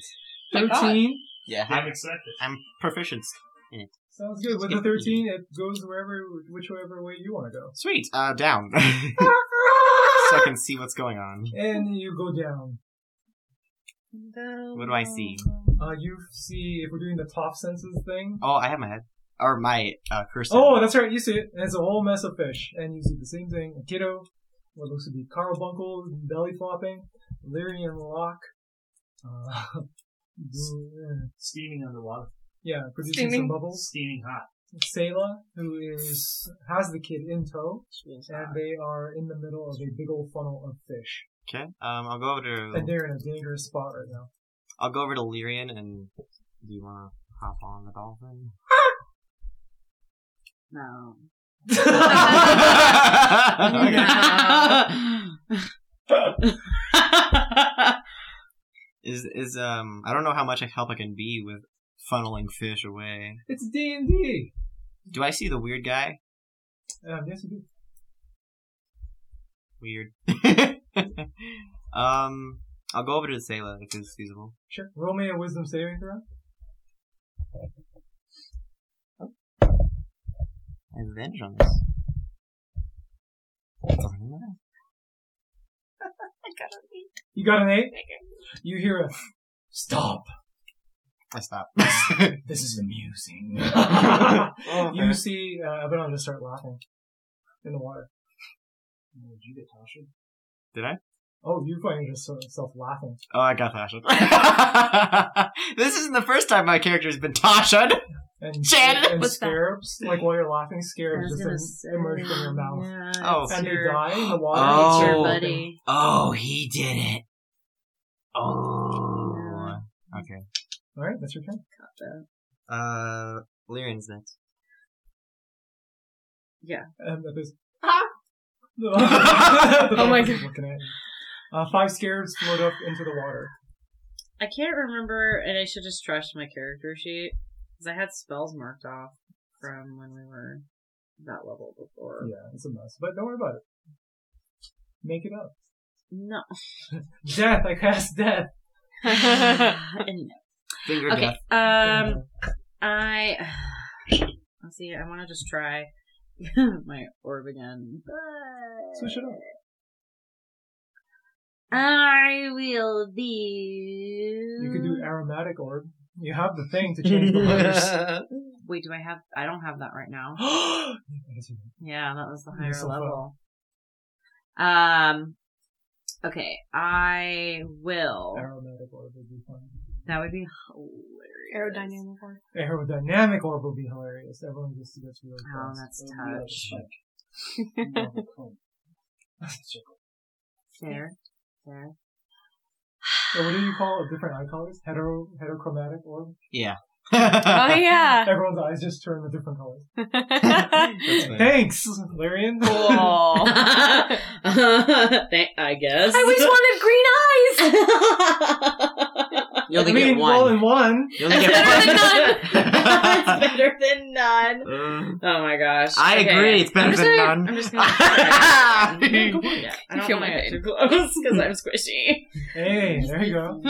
B: My God. 13?
C: Yeah,
E: Damn
C: I'm
E: accepted.
C: I'm proficient in it.
B: Sounds good. With the 13, it goes wherever, whichever way you want to go.
C: Sweet. Uh, down. so I can see what's going on.
B: And you go down.
C: What do I see?
B: Uh, you see, if we're doing the top senses thing.
C: Oh, I have my head or my uh, cursor.
B: Oh, that's right. You see it. And it's a whole mess of fish. And you see the same thing. A kiddo, what looks to be carbuncle, belly flopping, Lyrian lock. Uh,
E: Steaming underwater.
B: yeah, producing some bubbles.
E: Steaming hot.
B: Sayla, who is has the kid in tow, and they are in the middle of a big old funnel of fish.
C: Okay. Um, I'll go
B: And
C: over to
B: they're in a dangerous spot right now.
C: I'll go over to Lyrian and do you want to hop on the dolphin?
J: No.
C: Is is um I don't know how much help I can be with funneling fish away.
B: It's D and D.
C: Do I see the weird guy?
B: Um, yes, you do.
C: Weird. um, I'll go over to Sayla if it's feasible.
B: Sure. Roll me a wisdom saving throw.
C: I have advantage on this.
B: You got an eight. You hear a stop.
C: I stop.
B: this is amusing.
C: Oh, okay.
B: You see, uh, Abaddon just start laughing in the water.
E: Did you get Tasha?
C: Did I?
B: Oh, you find yourself laughing.
C: Oh, I got Tasha. this isn't the first time my character's been Tasha.
B: And,
C: Janet!
B: and
C: What's that?
B: scarabs, like while you're laughing,
J: I
B: scarabs
J: was
B: just
J: gonna
B: em- emerge from your mouth.
C: Oh.
B: and they
J: your-
B: die in the water.
C: Oh.
B: It's your
C: Oh.
B: buddy.
C: Oh, he did it. Oh. Okay.
B: All right, that's your turn.
C: Uh, Lyrian's next.
J: Yeah.
B: Um, that is-
J: Ah!
B: oh
J: my God.
B: Looking at you. Uh, five scarabs float up into the water.
J: I can't remember, and I should just trash my character sheet because I had spells marked off from when we were that level before.
B: Yeah, it's a mess, but don't worry about it. Make it up.
J: No.
B: Death, I cast death.
J: And
C: Finger
J: no. Okay.
C: death.
J: Um, I let's see. I want to just try my orb again.
B: Switch it up.
J: I will be. Mm.
B: You could do aromatic orb. You have the thing to change the letters.
J: Wait, do I have? I don't have that right now. yeah, that was the higher
B: You're so
J: level. Um. Okay, I will.
B: Aromatic orb would be fun.
J: That would be hilarious.
F: Aerodynamic one.
B: Aerodynamic orb would be hilarious. Everyone just gets really
J: Oh,
B: fast.
J: that's
B: It would be like
J: touch. Fair. Fair.
B: Or what do you call a different eye colors? Hetero heterochromatic orb?
C: Yeah.
F: Oh,
J: Uh.
F: yeah.
B: Everyone's eyes just turn a different colors.
C: fair.
B: Thanks, Larian.
J: Cool. Thank- I guess.
F: I always wanted green eyes.
C: You only
B: I mean,
C: get one.
B: all in one.
C: You only get
J: better than
C: one.
J: none. it's better than none.
C: Mm.
J: Oh my gosh.
C: I
J: Okay.
C: agree. It's better
J: I'm just
C: than
J: gonna-
C: none.
J: I'm just gonna. yeah, I
F: I
J: don't
F: feel
J: want
F: my
J: to get
F: pain.
J: too close because I'm squishy.
B: Hey, there you go.
J: Mm,
B: Or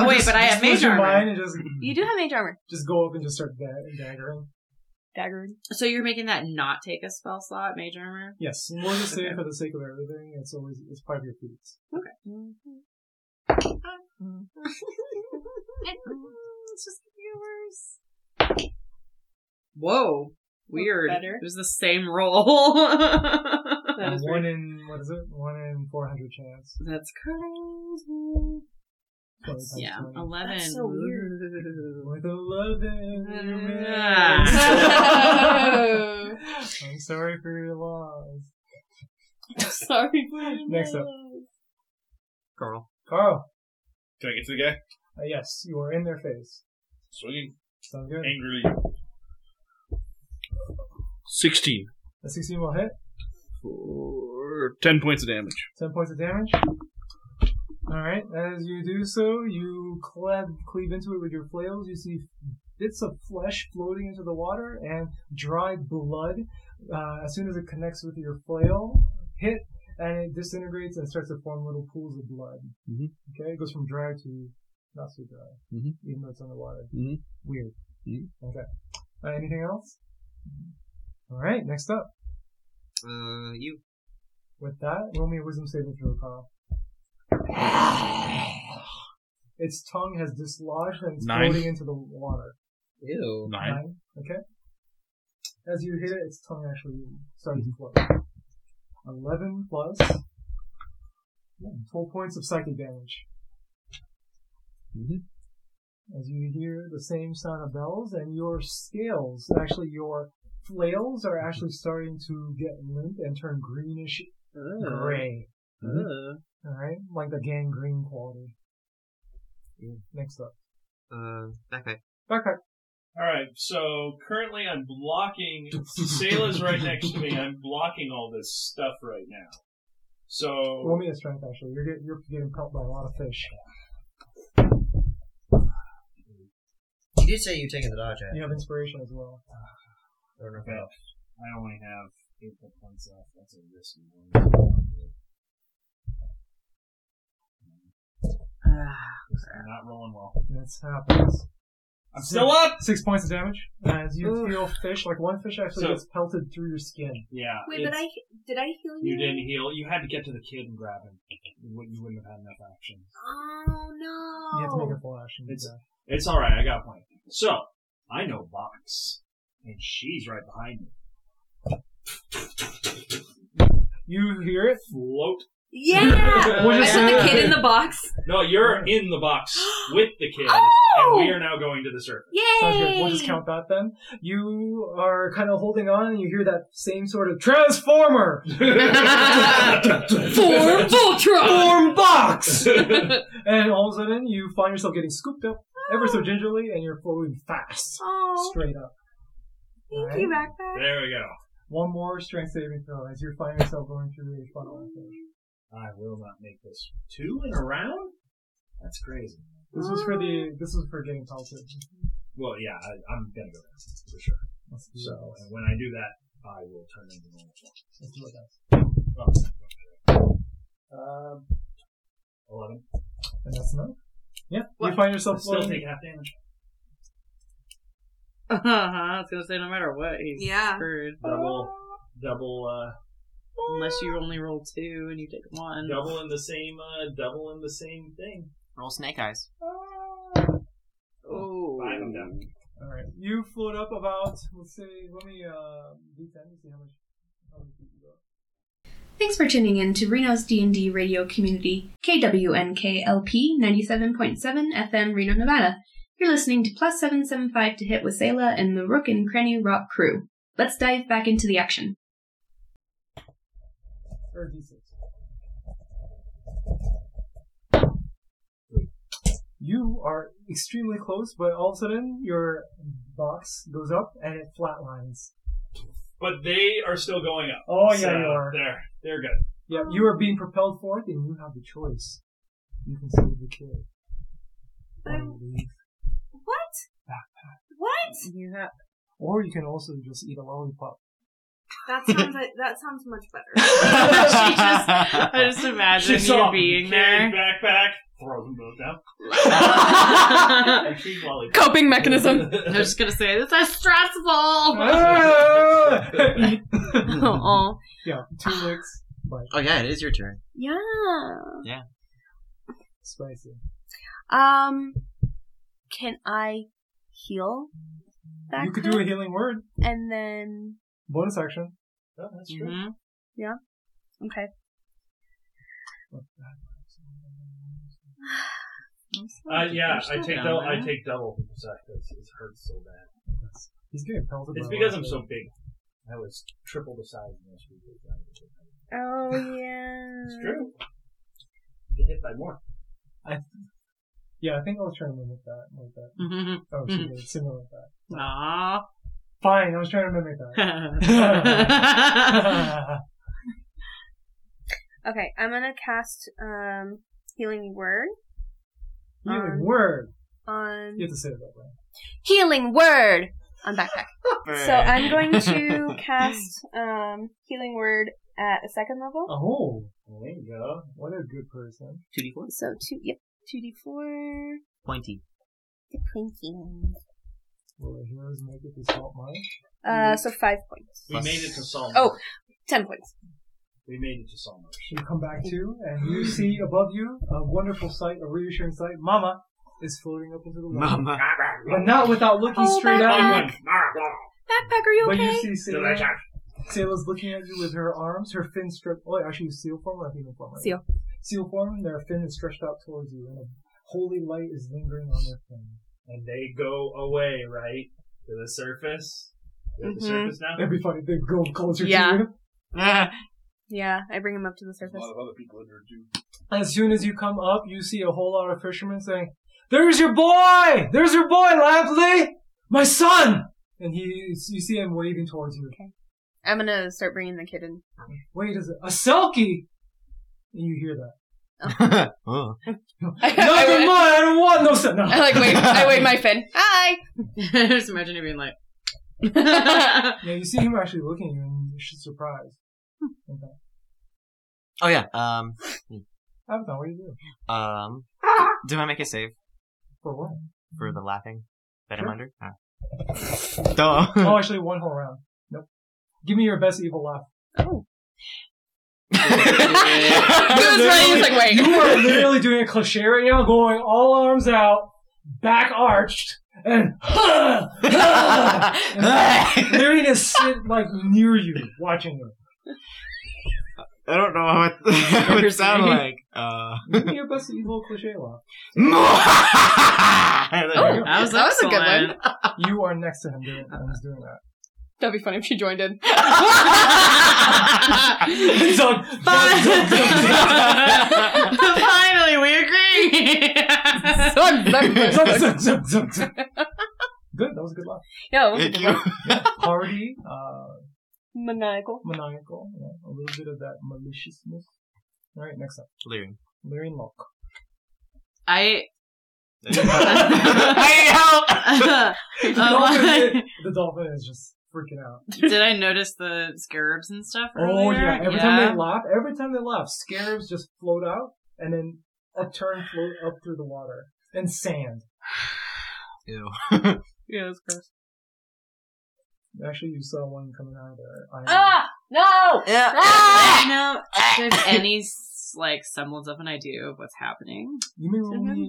J: oh, wait,
B: just-
J: but I
B: just
J: have
B: lose
J: mage
B: your
J: armor.
B: mind and just
J: You do have mage armor.
B: just go up and just start da- daggering.
F: Dagger.
J: So you're making that not take a spell slot, mage armor?
B: Yes, we'll just say
J: Okay.
B: for the sake of everything, it's always it's part of your feats.
J: Okay. it's just getting worse. Whoa. Weird.
F: Better.
J: It was the same roll.
B: Uh,
J: that is
B: one
J: weird.
B: in what is it? One in four hundred chance.
J: That's crazy.
B: Twenty times
J: Yeah,
B: 20.
J: 11.
F: That's so weird.
B: With eleven, you
J: Ah.
B: missed. I'm sorry for your loss.
J: Sorry.
B: Next up,
C: Girl.
B: Carl.
H: Can I get to the guy?
B: Uh, yes, you are in their face.
H: Swinging
B: Sound good.
H: angrily. 16.
B: A sixteen will hit.
H: For 10 points of damage.
B: 10 points of damage. Alright, as you do so, you cleave, cleave into it with your flails. You see bits of flesh floating into the water and dried blood. Uh, as soon as it connects with your flail, hit, and it disintegrates and starts to form little pools of blood.
H: Mhm.
B: Okay, it goes from dry to not so dry,
H: Mhm.
B: even though it's underwater.
H: Mhm.
B: Weird.
H: Mhm.
B: Okay. Uh, anything else? Alright, next up.
C: Uh, you.
B: With that, roll me a wisdom saving throw, Carl. Its tongue has dislodged and it's
H: Nine.
B: floating into the water.
C: Ew.
H: 9.
B: Okay. As you hit it, its tongue actually starts to float. Eleven plus twelve points of psychic damage.
H: Mhm.
B: As you hear the same sound of bells, and your scales, actually your flails, are actually starting to get limp and turn greenish
C: Uh,
B: gray. All right, like the gangrene quality. Next up,
C: Uh, that guy.
B: backpack.
E: All right, so currently I'm blocking. Sayla's right next to me. I'm blocking all this stuff right now.
B: Roll
E: So
B: me a strength. Actually, you're get, you're getting caught by a lot of fish.
K: You did say you taking the dodge
B: You have inspiration as well.
K: I don't know if
E: I only have eight hit points left. That's a risky one. I'm not rolling well.
B: That's happens.
E: I'm still up.
B: Six points of damage as you
E: Oof.
B: feel fish. Like one fish actually
E: So-
B: gets pelted through your skin.
E: Yeah.
D: Wait, but
E: it's-
D: I did I heal you?
E: You didn't heal. You had to get to the kid and grab him. You wouldn't, you wouldn't have had enough action.
D: Oh
B: You have to
D: no!
B: make a flash. And do
E: It's-
B: that.
E: It's all right. I got a point. So I know Box, and she's right behind me.
B: you hear it.
E: Float.
D: Yeah,
B: What
D: I
B: is
D: saw the
B: that?
D: kid in the box.
E: No, you're in the box with the kid,
D: Oh!
E: and we are now going to the surface.
D: Yay!
B: Sounds good. We'll just count that then. You are kind of holding on, and you hear that same sort of transformer
J: Form Voltron!
B: form box, and all of a sudden you find yourself getting scooped up ever so gingerly, and you're floating fast,
D: Oh,
B: straight up.
D: thank
B: Alright.
D: you, backpack.
E: There we go.
B: One more strength saving throw as you find yourself going through a funnel. I think.
E: I will not make this two in a round. That's crazy.
B: This was for the. This was for getting pelted.
E: Well, yeah, I, I'm gonna go down for sure.
B: Let's do
E: So,
B: this.
E: and when I do that, I will turn into normal.
B: Let's do it now.
E: form. Oh, um, eleven.
B: Uh, And that's enough. Yeah. You
J: What?
B: find yourself
E: Still
B: floating.
E: take half damage.
J: Uh-huh, I was gonna say no matter what, he's
D: Yeah.
J: screwed.
E: Double,
D: Ah.
E: double, uh,
J: Unless you only roll two and you take one.
E: double in the same, uh, double in the same thing.
C: Roll snake eyes.
E: five. I'm down.
B: All right. You float up about, let's say, let me uh, d10 to see how much. How much you go.
I: Thanks for tuning in to Reno's D&D radio community, KWNKLP 97.7 FM Reno, Nevada. You're listening to Plus 775 to Hit with Sayla and the Rook and Cranny Rock crew. Let's dive back into the action.
B: Or d6. You are extremely close, but all of a sudden your box goes up and it flatlines.
E: But they are still going up.
B: Oh, yeah,
E: So,
B: you are.
E: They're, they're good.
B: Yeah, you are being propelled forth, and you have the choice. You can save the kid. Or leave.
J: What? What?
B: You have, or you can also just eat a lollipop.
D: That sounds like, that sounds much better.
J: she just, I just imagine
E: She's
J: you
E: off.
J: being
E: Carrying
J: there.
E: Backpack. Throw them both down. Actually, lollipop.
J: Coping mechanism. I'm just gonna say this is stressful.
E: Uh,
J: oh,
B: Yeah, two licks. But
C: Oh yeah, it is your turn.
D: yeah.
C: Yeah.
B: Spicy.
D: Um, can I heal? Back
B: You could do a healing word.
D: And then,
B: Bonus action. Yeah, that's
J: true. Mhm.
D: yeah. Okay.
E: Uh, yeah, I take double.
J: down
E: I
J: there.
E: take double because I- it's, it's hurts so bad.
B: He's getting pelted.
E: It's
B: by
E: because I'm
B: lots
E: so
B: of-
E: big. I was triple the size most people.
D: Oh yeah.
E: It's true. You get hit by more.
B: I, yeah, I think I was trying to mimic that, like that.
J: Mm-hmm.
B: Oh,
D: Mm-hmm.
B: excuse me, similar like that.
J: Aww.
B: Fine, I was trying to mimic that.
D: Okay, I'm gonna cast um healing word
B: healing
D: Um,
B: word.
D: on
B: You have to say it that way.
D: healing word on backpack.
B: Bird.
D: so I'm going to cast um healing word at a second level.
B: Oh, there you go. What a good person.
C: Two D four.
D: So two yep two d four.
C: Pointy.
D: Thinking.
B: Will the heroes make it to salt mine?
D: Uh, so five points.
E: We made it to Solomon.
D: Oh, ten points.
E: We made it to Solomon.
B: You come back to, and
D: Mm-hmm.
B: you see above you a wonderful sight, a reassuring sight. Mama is floating up into the water.
C: Mama.
B: But not without looking
D: Oh,
B: straight
J: Uh,
B: at you.
D: backpack.
E: Ah,
D: Backpack, are you
B: But
D: okay?
B: you see Sailor. Sailor's looking at you with her arms, her fin stretched. Oh, actually, seal form or human form? Right?
D: Seal.
B: Seal form, their fin is stretched out towards you, and a holy light is lingering on their fin.
E: And they go away, right? To the surface. They're
J: Mm-hmm.
E: at the
D: Mhm.
E: surface now?
B: That'd be funny if they go closer
D: Yeah.
B: to you.
D: Yeah, I bring him up to the surface.
H: other people in there too.
B: As soon as you come up, you see a whole lot of fishermen saying, There's your boy! There's your boy, Lampley! My son! And he, you see him waving towards you.
D: I'm gonna start bringing the kid in.
B: Wait, is it a selkie? And you hear that.
C: Oh.
B: Nothing more, I don't want no son! No.
J: I like wait. I wave my fin. Hi. I just imagine you being like.
B: Yeah, you see him actually looking at you and you're surprised. Okay.
C: Oh yeah. Um.
B: Avatar, what do you do?
C: Um. Do I make a save
B: For what?
C: for the laughing that
B: Sure.
C: I'm under? Oh. Duh.
B: Oh, actually, one whole round. Nope. Give me your best evil laugh.
D: Oh.
J: was ready, he was like, wait.
B: You are literally doing a cliche right now, going all arms out, back arched, and Lyrian is sitting like near you, watching you.
C: I don't know what it would sound like. Uh.
B: Give me your best evil cliche laugh.
C: oh,
J: That was, a good one.
B: You are next to him doing, who's doing that.
J: That'd be funny if she joined in.
B: Zug, zug, zug,
C: Fine.
J: Finally, we agree.
B: zug, zug, zug, zug, zug, zug. Good, that was a good laugh.
J: Yo,
C: Thank you.
B: Hardy, uh,
D: Maniacal.
B: maniacal, yeah, a little bit of that maliciousness. All right, next up,
C: Lyrian.
B: Lyrian Locke.
J: I.
C: hey, help!
J: Oh,
B: The, dolphin, the dolphin is just freaking out.
J: Did I notice the scarabs and stuff?
B: Oh
J: earlier?
B: yeah! Every time they laugh, every time they laugh, scarabs just float out and then a turn float up through the water and sand.
C: Ew.
J: Yeah, that's gross.
B: Actually, you saw one coming out of there. I-
J: Ah, no.
C: Yeah.
J: Ah, no. Do I have any least like semblance of an idea of what's happening.
B: You may roll me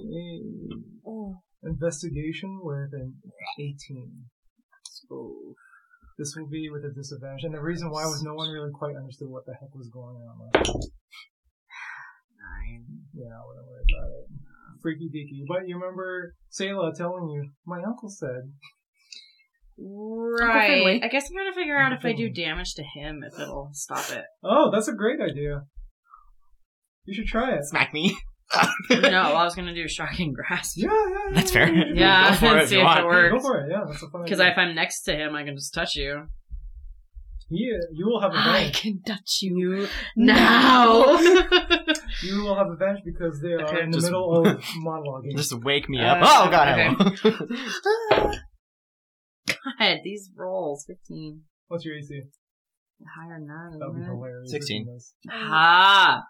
B: a uh, investigation with an 18. This will be with a disadvantage, and the reason why was no one really quite understood what the heck was going on. Nine. Yeah, I wouldn't worry about it. Freaky deaky. But you remember Sayla telling you, my uncle said,
J: Right. I guess I'm gonna figure out if I do damage to him if it'll stop it.
B: Oh, that's a great idea. You should try it.
C: Smack me.
J: no, I was gonna do shocking grasp.
B: Yeah, yeah.
C: That's fair.
J: Yeah,
C: Go for it
J: and
C: if
J: see
C: you
J: if
C: want.
J: it works.
B: Go for it, yeah, that's a fun
J: Because
B: idea.
J: if I'm next to him, I can just touch you.
B: Yeah, you will have
J: Ah, I
B: advantage.
J: can touch you now.
B: you will have advantage because they are
C: Okay,
B: in the
C: just-
B: middle of monologuing.
C: Just wake me up.
J: Uh,
C: oh god, I
J: okay.
C: will.
J: God, these rolls. 15.
B: What's your AC?
J: Higher than that.
B: That would be hilarious.
C: 16.
J: Ah.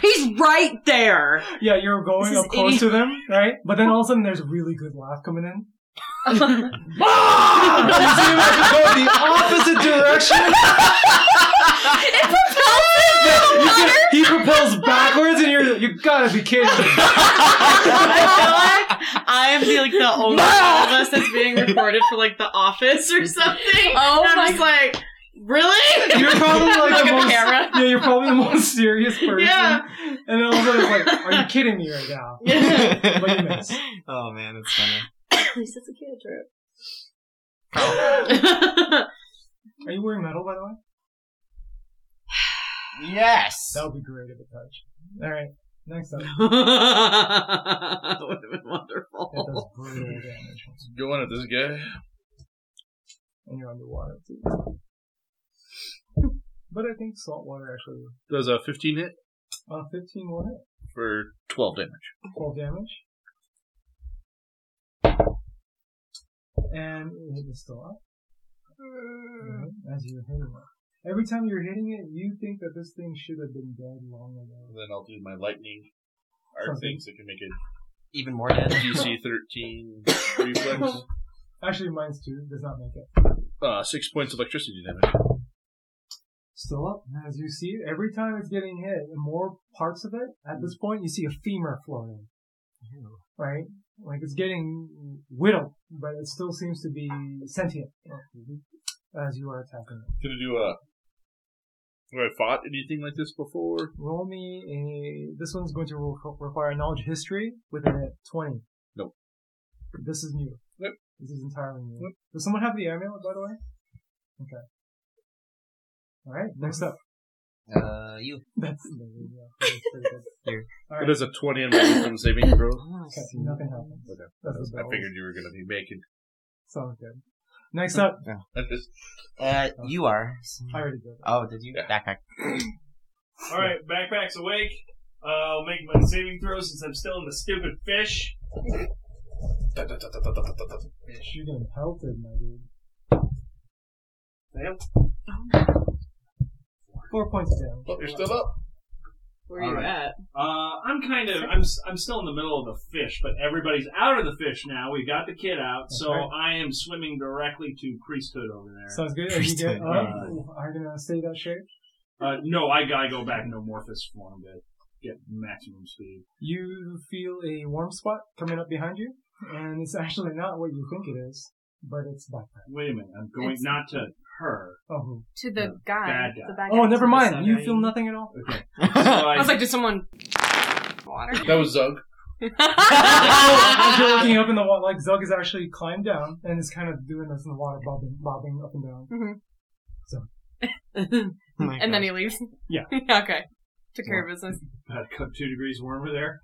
J: He's right there.
B: Yeah, you're going
J: This is
B: up close
J: idiot-
B: to them, right? But then all of a sudden there's a really good laugh coming in.
J: Ah!
B: You see him as you go the opposite direction? You get- he propels backwards and you're you gotta be kidding me.
J: I feel like I am the, like the only one of us that's being recorded for like The Office or something.
F: Oh
J: and
F: my-
J: I'm just like, really?
B: You're probably like the
J: a
B: most
J: camera.
B: Yeah, you're probably the most serious person.
J: Yeah.
B: And then all of a sudden it's like, are you kidding me right now? But you miss.
C: oh man, that's funny.
D: At least it's a kid trip.
B: Are you wearing metal by the way?
C: Yes.
B: That would be great if it touched. Alright, next up.
J: that would have been
B: It does
J: wonderful.
B: brutal damage.
H: Going at this guy.
B: And you're underwater too. But I think salt water actually
H: Does a 15 hit
B: uh fifteen will hit.
H: for 12 damage.
B: 12 damage. And it is still up. Alright, As you're hitting it. Every time you're hitting it, you think that this thing should have been dead long ago.
H: And then I'll do my lightning art
B: Sounds good.
H: things that can make a
C: Even more dead.
H: DC 13 reflex.
B: Actually, mine's two does not make it.
H: Uh, six points of electricity damage.
B: Still up. And As you see it, every time it's getting hit, and more parts of it, at this point, you see a femur floating. Right? Like it's getting whittled, but it still seems to be sentient as you are attacking it.
H: Gonna do a. Have I fought anything like this before?
B: Roll me a. This one's going to re- require a knowledge history with a 20.
H: Nope.
B: This is new.
H: Nope.
B: This is entirely new.
H: Nope.
B: Does someone have the amulet, by the way? Okay. Alright, next up.
C: Uh, you.
B: That's. there you go. That's pretty good.
C: Here.
H: It is a 20 on my wisdom saving throw.
B: Okay, nothing happens.
H: Okay.
B: That's the
H: I
B: bells.
H: figured you were gonna be making.
B: Sounds good. Next up.
H: I just
C: Uh, you are.
B: I already did it.
C: Oh, did you?
H: Yeah.
C: Backpack.
E: All right, backpack's awake. Uh, I'll make my saving throw since I'm still in the stupid fish.
B: You're getting pelted, my dude.
E: Damn.
B: Four points down.
H: Oh, you're still up.
J: Where are you
E: Alright.
J: at?
E: Uh, I'm kind of I'm s- I'm still in the middle of the fish, but everybody's out of the fish now. We've got the kid out,
B: That's
E: so
B: right.
E: I am swimming directly to priesthood over there.
B: Sounds good. As you get
C: Priesthood.
B: up, are you gonna stay that shape?
E: uh, no, I gotta go back into amorphous form to get maximum speed.
B: You feel a warm spot coming up behind you, and it's actually not what you think it is, but it's backpack.
E: Wait a minute, I'm going
F: It's-
E: not to her.
B: Oh, who?
F: to the guy.
E: Bad guy.
F: The bad
B: oh
F: guy.
B: never mind.
E: side,
B: You
E: right?
B: feel nothing at all.
E: Okay. So I,
F: I was like, did someone?
H: That was Zug.
C: Oh, Ah!
B: As you're looking up in the water, like Zug has actually climbed down and is kind of doing this in the water, bobbing, bobbing up and down.
F: and
C: Oh my
F: then
C: gosh.
F: he leaves.
B: Yeah.
F: okay. Took care of business.
E: Gotta cut two degrees warmer there.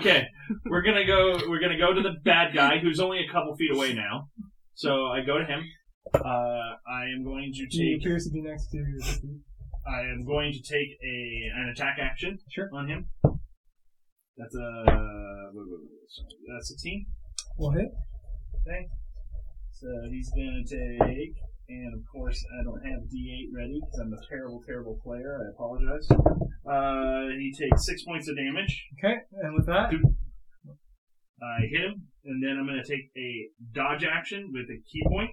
E: Okay, we're gonna go. We're gonna go to the bad guy who's only a couple feet away now. So I go to him. Uh, I am going to
B: She
E: take.
B: appears to be next to you.
E: I am going to take a an attack action
B: Sure.
E: on him. That's a wait, wait, wait, sorry. that's a team.
B: Well, hit.
E: Okay. So he's gonna take, and of course I don't have D8 ready because I'm a terrible, terrible player. I apologize. Uh, he takes six points of damage.
B: Okay, and with that,
E: I hit him, and then I'm going to take a dodge action with a key point,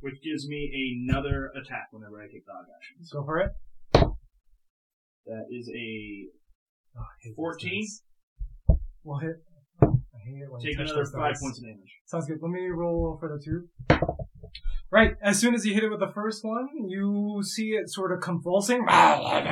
E: which gives me another attack whenever I take dodge actions.
B: go for it.
E: That is a 14.
B: Well, hit. I hate it when
E: Take
B: you touch
E: another
B: those
E: five
B: dice.
E: points of damage.
B: Sounds good. Let me roll for the two. Right, as soon as you hit it with the first one, you see it sort of convulsing,
C: Ah,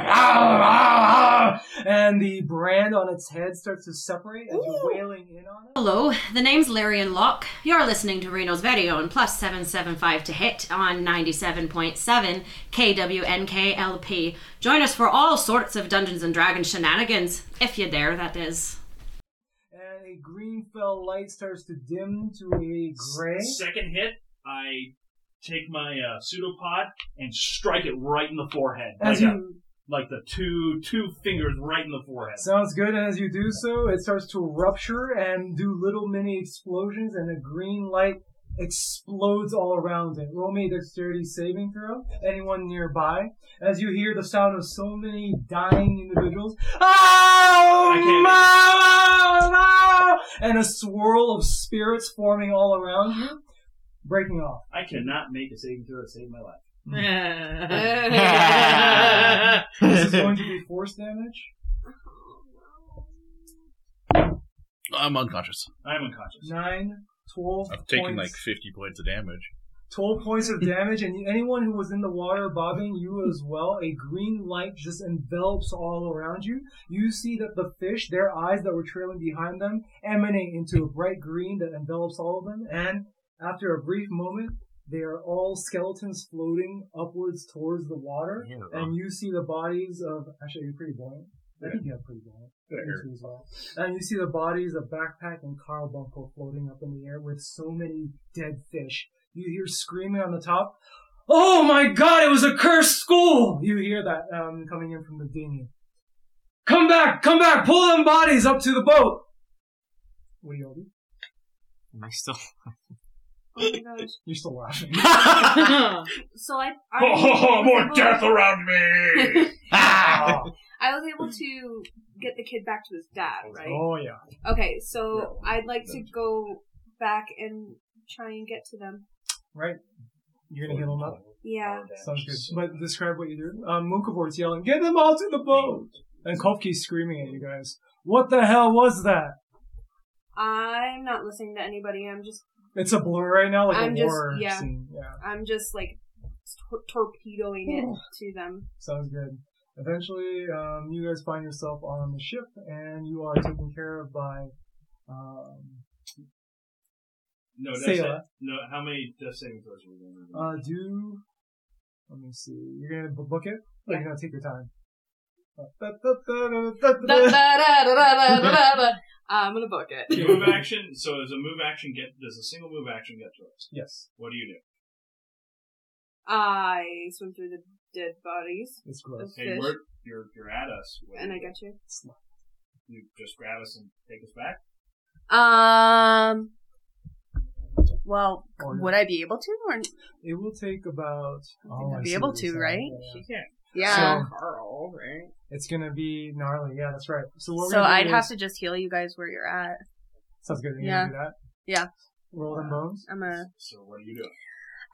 B: and the brand on its head starts to separate as you're wailing in on it.
L: Hello, the name's Larry and Locke. You're listening to Reno's very own plus 775 to hit on 97.7 KWNKLP. Join us for all sorts of Dungeons and Dragons shenanigans, if you dare, that is.
B: And a green fell light starts to dim to a gray.
E: Second hit, I take my uh, pseudopod and strike it right in the forehead.
B: As
E: like,
B: you-
E: a, like the two two fingers right in the forehead.
B: Sounds good, and as you do so, it starts to rupture and do little mini explosions, and a green light explodes all around it. Roll me a dexterity saving throw. Anyone nearby? As you hear the sound of so many dying individuals, oh, mama, and a swirl of spirits forming all around you, breaking off.
E: I cannot make a saving throw to save my life.
B: this is going to be force damage.
H: I'm unconscious.
E: I'm unconscious.
B: Nine, twelve.
H: I've taken
B: points.
H: like 50 points of damage.
B: 12 points of damage, and anyone who was in the water bobbing, you as well, a green light just envelops all around you. You see that the fish, their eyes that were trailing behind them, emanate into a bright green that envelops all of them, and after a brief moment, they are all skeletons floating upwards towards the water,
H: Oh.
L: Um,
B: and you see the bodies of, actually, you're pretty buoyant. I think you have pretty buoyant.
H: Yeah.
B: You two as well. And you see the bodies of Backpack and Carbuncle floating up in the air with so many dead fish. You hear screaming on the top. Oh my god, it was a cursed school! You hear that um, coming in from the dinghy. Come back! Come back! Pull them bodies up to the boat! What do you all do?
C: Am I still?
B: You're still laughing.
D: Oh so I. I
E: Oh,
C: Ho, ho, ho,
D: was
C: more
D: able-
C: death around
H: me!
D: I was able to get the kid back to his dad, right?
B: Oh, yeah.
D: Okay, so I'd like to go back and try and get to them.
B: Right? You're gonna hit them up?
D: Yeah.
B: Sounds good. But describe what you do. Um, Mukavort's yelling, Get them all to the boat! And Kovki's screaming at you guys. What the hell was that?
D: I'm not listening to anybody. I'm just.
B: It's a blur right now, like
D: I'm
B: a
D: just.
B: war
D: Yeah.
B: scene. Yeah.
D: I'm just like tor- torpedoing it to them.
B: Sounds good. Eventually, um, you guys find yourself on the ship, and you are taken care of by. Um,
E: No, that's
B: Say
E: it.
B: that.
E: No, how many death saving throws are we going to do?
B: uh, do. Let me see. You're gonna bu- book it. Or You're gonna take your time. Uh,
D: Da-da-da-da-da-da-da-da. I'm gonna book
E: Do you move
D: it.
E: action. So does a move action get? Does a single move action get to us?
B: Yes.
E: What do you do?
D: I swim through the dead bodies.
B: It's
D: of
E: Hey,
D: fish,
E: we're, you're you're at us. What do
D: And
E: you
D: I
E: do?
D: get you.
E: You just grab us and take us back.
D: Um. Well,
B: Oh, yeah.
D: would I be able to? Or n-
B: It will take about. Oh, I
D: I'd
B: see
D: be able
B: what you're
D: to,
B: saying.
D: right?
B: Yeah.
D: She can't. Yeah.
B: So- It's gonna be gnarly. Yeah, that's right. So what? we're
D: So
B: gonna do
D: I'd have
B: is-
D: to just heal you guys where you're at.
B: Sounds good. You're
D: Yeah.
B: gonna do that.
D: Yeah.
B: Roll them bones.
D: I'm a.
E: So what do you do?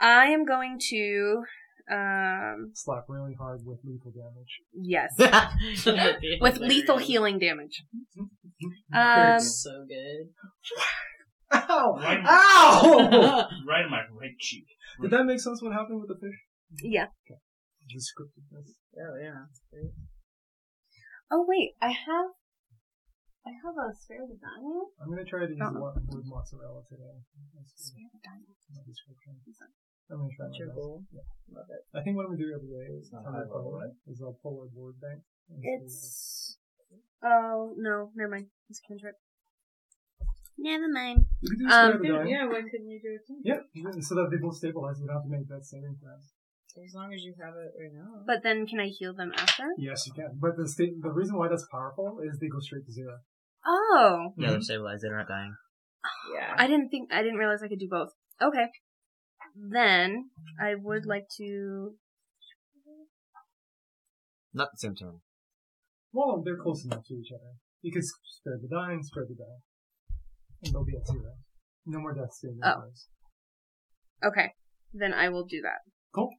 D: I am going to. Um.
B: Slap really hard with lethal damage.
D: Yes.
B: That'd be
D: With lethal
B: hilarious.
D: healing damage. Um.
J: Hurts so good.
B: Ow!
E: Right in-
B: Ow!
E: right in my right cheek.
B: Did
D: Uh,
B: that make sense? What happened with the fish?
D: Um, Yeah.
B: The scriptedness.
J: Oh yeah.
D: Oh wait, I have. I have a spare design.
B: I'm gonna try to use
D: Uh-uh.
B: one with mozzarella today. That's
D: Spare design.
B: my description. I'm gonna try my
J: That's your
B: best.
J: goal?
B: Yeah.
J: Love it.
B: I think what I'm gonna do every day is
E: Not
B: on
E: high
B: the
E: level,
B: phone,
E: right?
B: is I'll pull a board bank. and see
D: It's. Oh no, never mind. It's a cantrip. Never mind.
B: what- You can do
D: Um,
B: spare the die.
J: yeah, why couldn't you do it too?
B: Yeah, you can- so that they both stabilize. You don't have to make that saving throw.
J: As long as you have it right now.
D: But then, can I heal them after?
B: Yes, you can. But the sta- the reason why that's powerful is they go straight to zero.
D: Oh.
K: Yeah, they're stabilized. They're not dying.
J: yeah.
D: I didn't think I didn't realize I could do both. Okay. Then I would like to
C: Not the same turn.
B: Well, they're close enough to each other. You could s- spare the die and spare the die, and they'll be at zero. No more death saving
D: Oh.
B: throws.
D: Okay. Then I will do that.
B: Cool.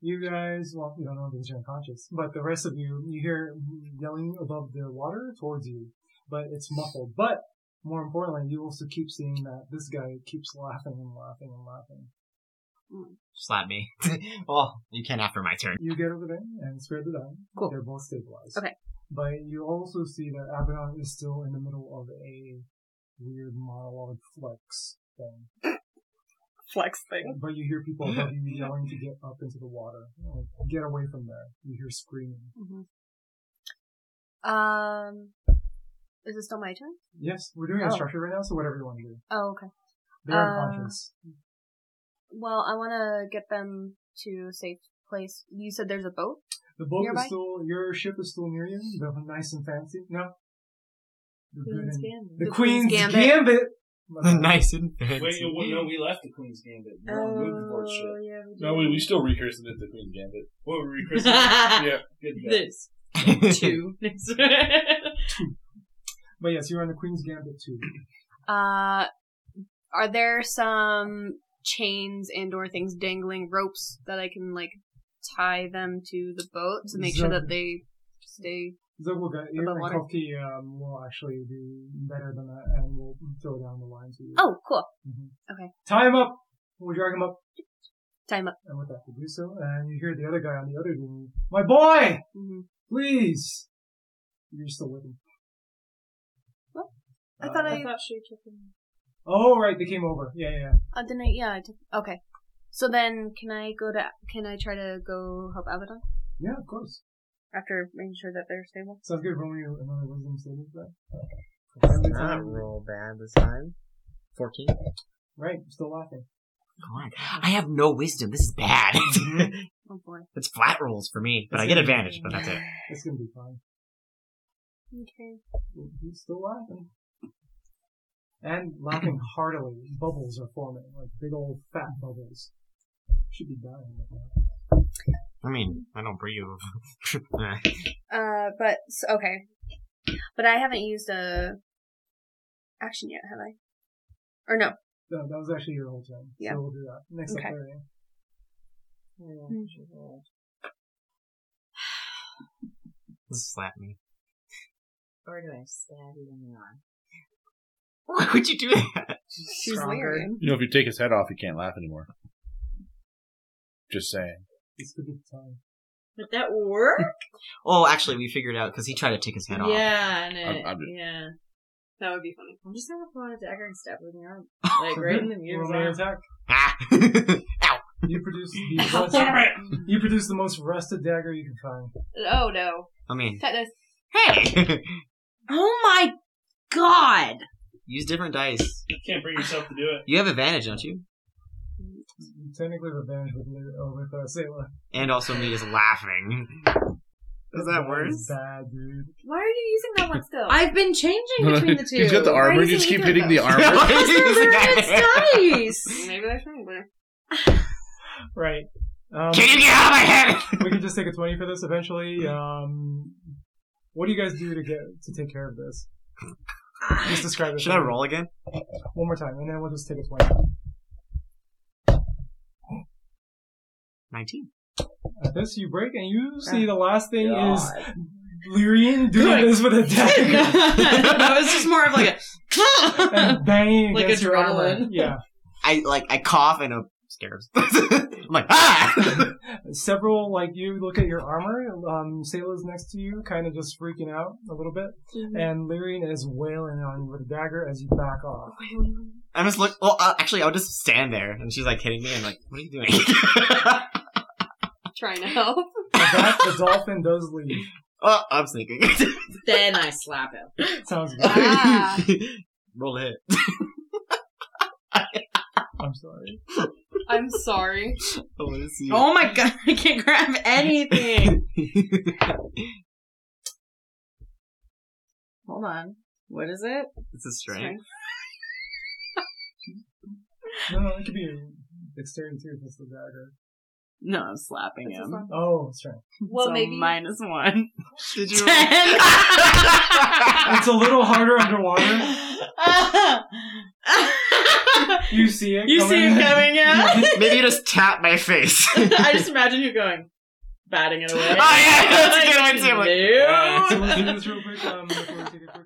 B: You guys, well, you don't know because you're unconscious, but the rest of you, you hear yelling above the water towards you, but it's muffled. But more importantly, you also keep seeing that this guy keeps laughing and laughing and laughing.
D: Hmm.
C: Slap me. well, you can after my turn.
B: You get over there and spare the dime. Cool. They're both stabilized.
D: Okay.
B: But you also see that Abaddon is still in the middle of a weird monologue flex thing.
J: Flex thing.
B: But you hear people above you yelling to get up into the water. Like, get away from there. You hear screaming.
D: Um, is it still my turn?
B: Yes, we're doing
D: Oh.
B: a structure right now, so whatever you want to do.
D: Oh, okay.
B: They're
D: Uh,
B: unconscious.
D: Well, I want to get them to a safe place. You said there's a boat.
B: The boat
D: nearby?
B: is still, your ship is still near you. The nice and fancy. No. The good
D: Queen's
B: and-
D: Gambit.
B: The,
D: The
B: Queen's,
D: Queen's
B: Gambit.
D: Gambit.
C: nice and
E: Wait,
C: fancy.
E: well, no, we left the Queen's Gambit. We're on moving board shit.
D: Oh, yeah, we
H: No, we, we still recursive it the Queen Gambit.
E: What were we christening? yeah, good guess.
J: This. Two. This.
B: But yes, you're on the Queen's Gambit too.
D: Uh, are there some chains and or things dangling ropes that I can like tie them to the boat to make sure that they stay?
B: Zog will get you,
D: Above
B: and
D: water.
B: Kofi um, will actually do better than that, and we'll throw down the line to you.
D: Oh, cool.
B: Mhm.
D: Okay,
B: Tie him up! We'll drag him up.
D: tie 'em up.
B: And with that, we do so, and you hear the other guy on the other room, My boy!
D: Mhm.
B: Please! You're still with him.
D: I thought
B: Uh,
D: I, thought she took him.
B: Oh, right, they came over. Yeah, yeah, yeah.
D: Uh, didn't I? Yeah, I took. Okay. So then, can I go to? Can I try to go help Abaddon
B: Yeah, of course.
D: after making sure that they're stable?
B: Sounds good. Roll me another wisdom saving throw.
C: Let's not roll bad this time. 14.
B: Right, still laughing.
C: God, I have no wisdom. This is bad.
D: Oh boy.
C: it's flat rolls for me, but I get advantage, but that's it.
B: It's gonna be fine.
D: Okay.
B: He's still laughing. And laughing heartily. Bubbles are forming, like big old fat bubbles. Should be dying. by now.
C: I mean, I don't breathe. Eh.
D: Uh, but s- okay. But I haven't used a action yet, have I? Or no?
B: No, that was actually your whole turn.
D: Yeah.
B: So we'll do that. Next up,
D: Okay.
B: Larry.
C: Just slap me.
M: Or do I stab you in the arm?
C: Why would you do that?
D: She's Lyrian.
H: You know, if you take his head off, he can't laugh anymore. Just saying.
B: It's the good time.
M: But that work?
C: Oh, actually, we figured out because he tried to take his head off.
M: yeah, and it,
C: I'm- I'm-
M: yeah. That would be funny. I'm just gonna pull out a dagger and stab her in the arm, like right in the
B: Roll
M: mirror.
B: my attack.
C: Ah.
B: You produce the
M: Damn
B: most, you produce the most rusted dagger you can find.
M: Oh no!
C: I mean,
M: Tetanus.
C: hey!
M: Oh my god!
C: Use different dice.
E: You can't bring yourself to do it.
C: You have advantage, don't you?
B: You technically have advantage with Lyra- or with uh, Sayla.
C: And also me just laughing. Is that worse?
B: Bad dude.
M: Why are you using that one still?
L: I've been changing between the two.
H: He's got the armor.
L: Why
H: You
L: does
H: just
L: he
H: keep
L: need
H: hitting the
L: those?
H: armor.
L: Because they're very nice.
M: Maybe that's wrong. but-
B: Right. Um,
C: Can you get out of my head?
B: we can just take a twenty for this eventually. Um, what do you guys do to get to take care of this? Just describe it.
C: Should
B: for
C: I
B: me.
C: roll again?
B: one more time, and then we'll just take a twenty.
C: 19.
B: At this, you break, and you
C: Ah,
B: see the last thing is Lyrian doing
J: Good.
B: this with a dagger.
J: that was just more of like a.
B: and banging
J: Like
B: against your armor.
J: adrenaline.
B: Yeah.
C: I, like, I cough and a scarabs. I'm like, ah!
B: Several, like, you look at your armor, um, Sayla's next to you, kind of just freaking out a little bit,
C: Mm-hmm.
B: and Lyrian is wailing on you with a dagger as you back
C: Oh
B: off.
C: I'm just look. Well, uh, actually, I'll just stand there, and she's like hitting me. and like, "What are you doing?"
M: Trying to help.
B: That, the dolphin does leave.
C: oh, I'm sneaking.
M: Then I slap him.
B: Sounds good.
M: Ah.
C: Roll a hit.
B: I'm sorry.
M: I'm sorry.
C: I want to see.
L: Oh my god, I can't grab anything.
M: Hold on. What is it?
C: It's a strength.
B: No, no, it could be dexterity too if it's the dagger.
M: No, I'm slapping him.
B: Oh, strength.
M: Well, maybe minus one.
C: Did you?
M: Ten.
B: It's a little harder underwater.
M: Ah.
B: You see it.
J: You see it coming, yeah.
C: Maybe you just tap my face.
J: I just imagine you going, batting it away.
C: Oh, yeah, that's a good one, too.
J: No.
B: so let's do this real quick um, before we take a quick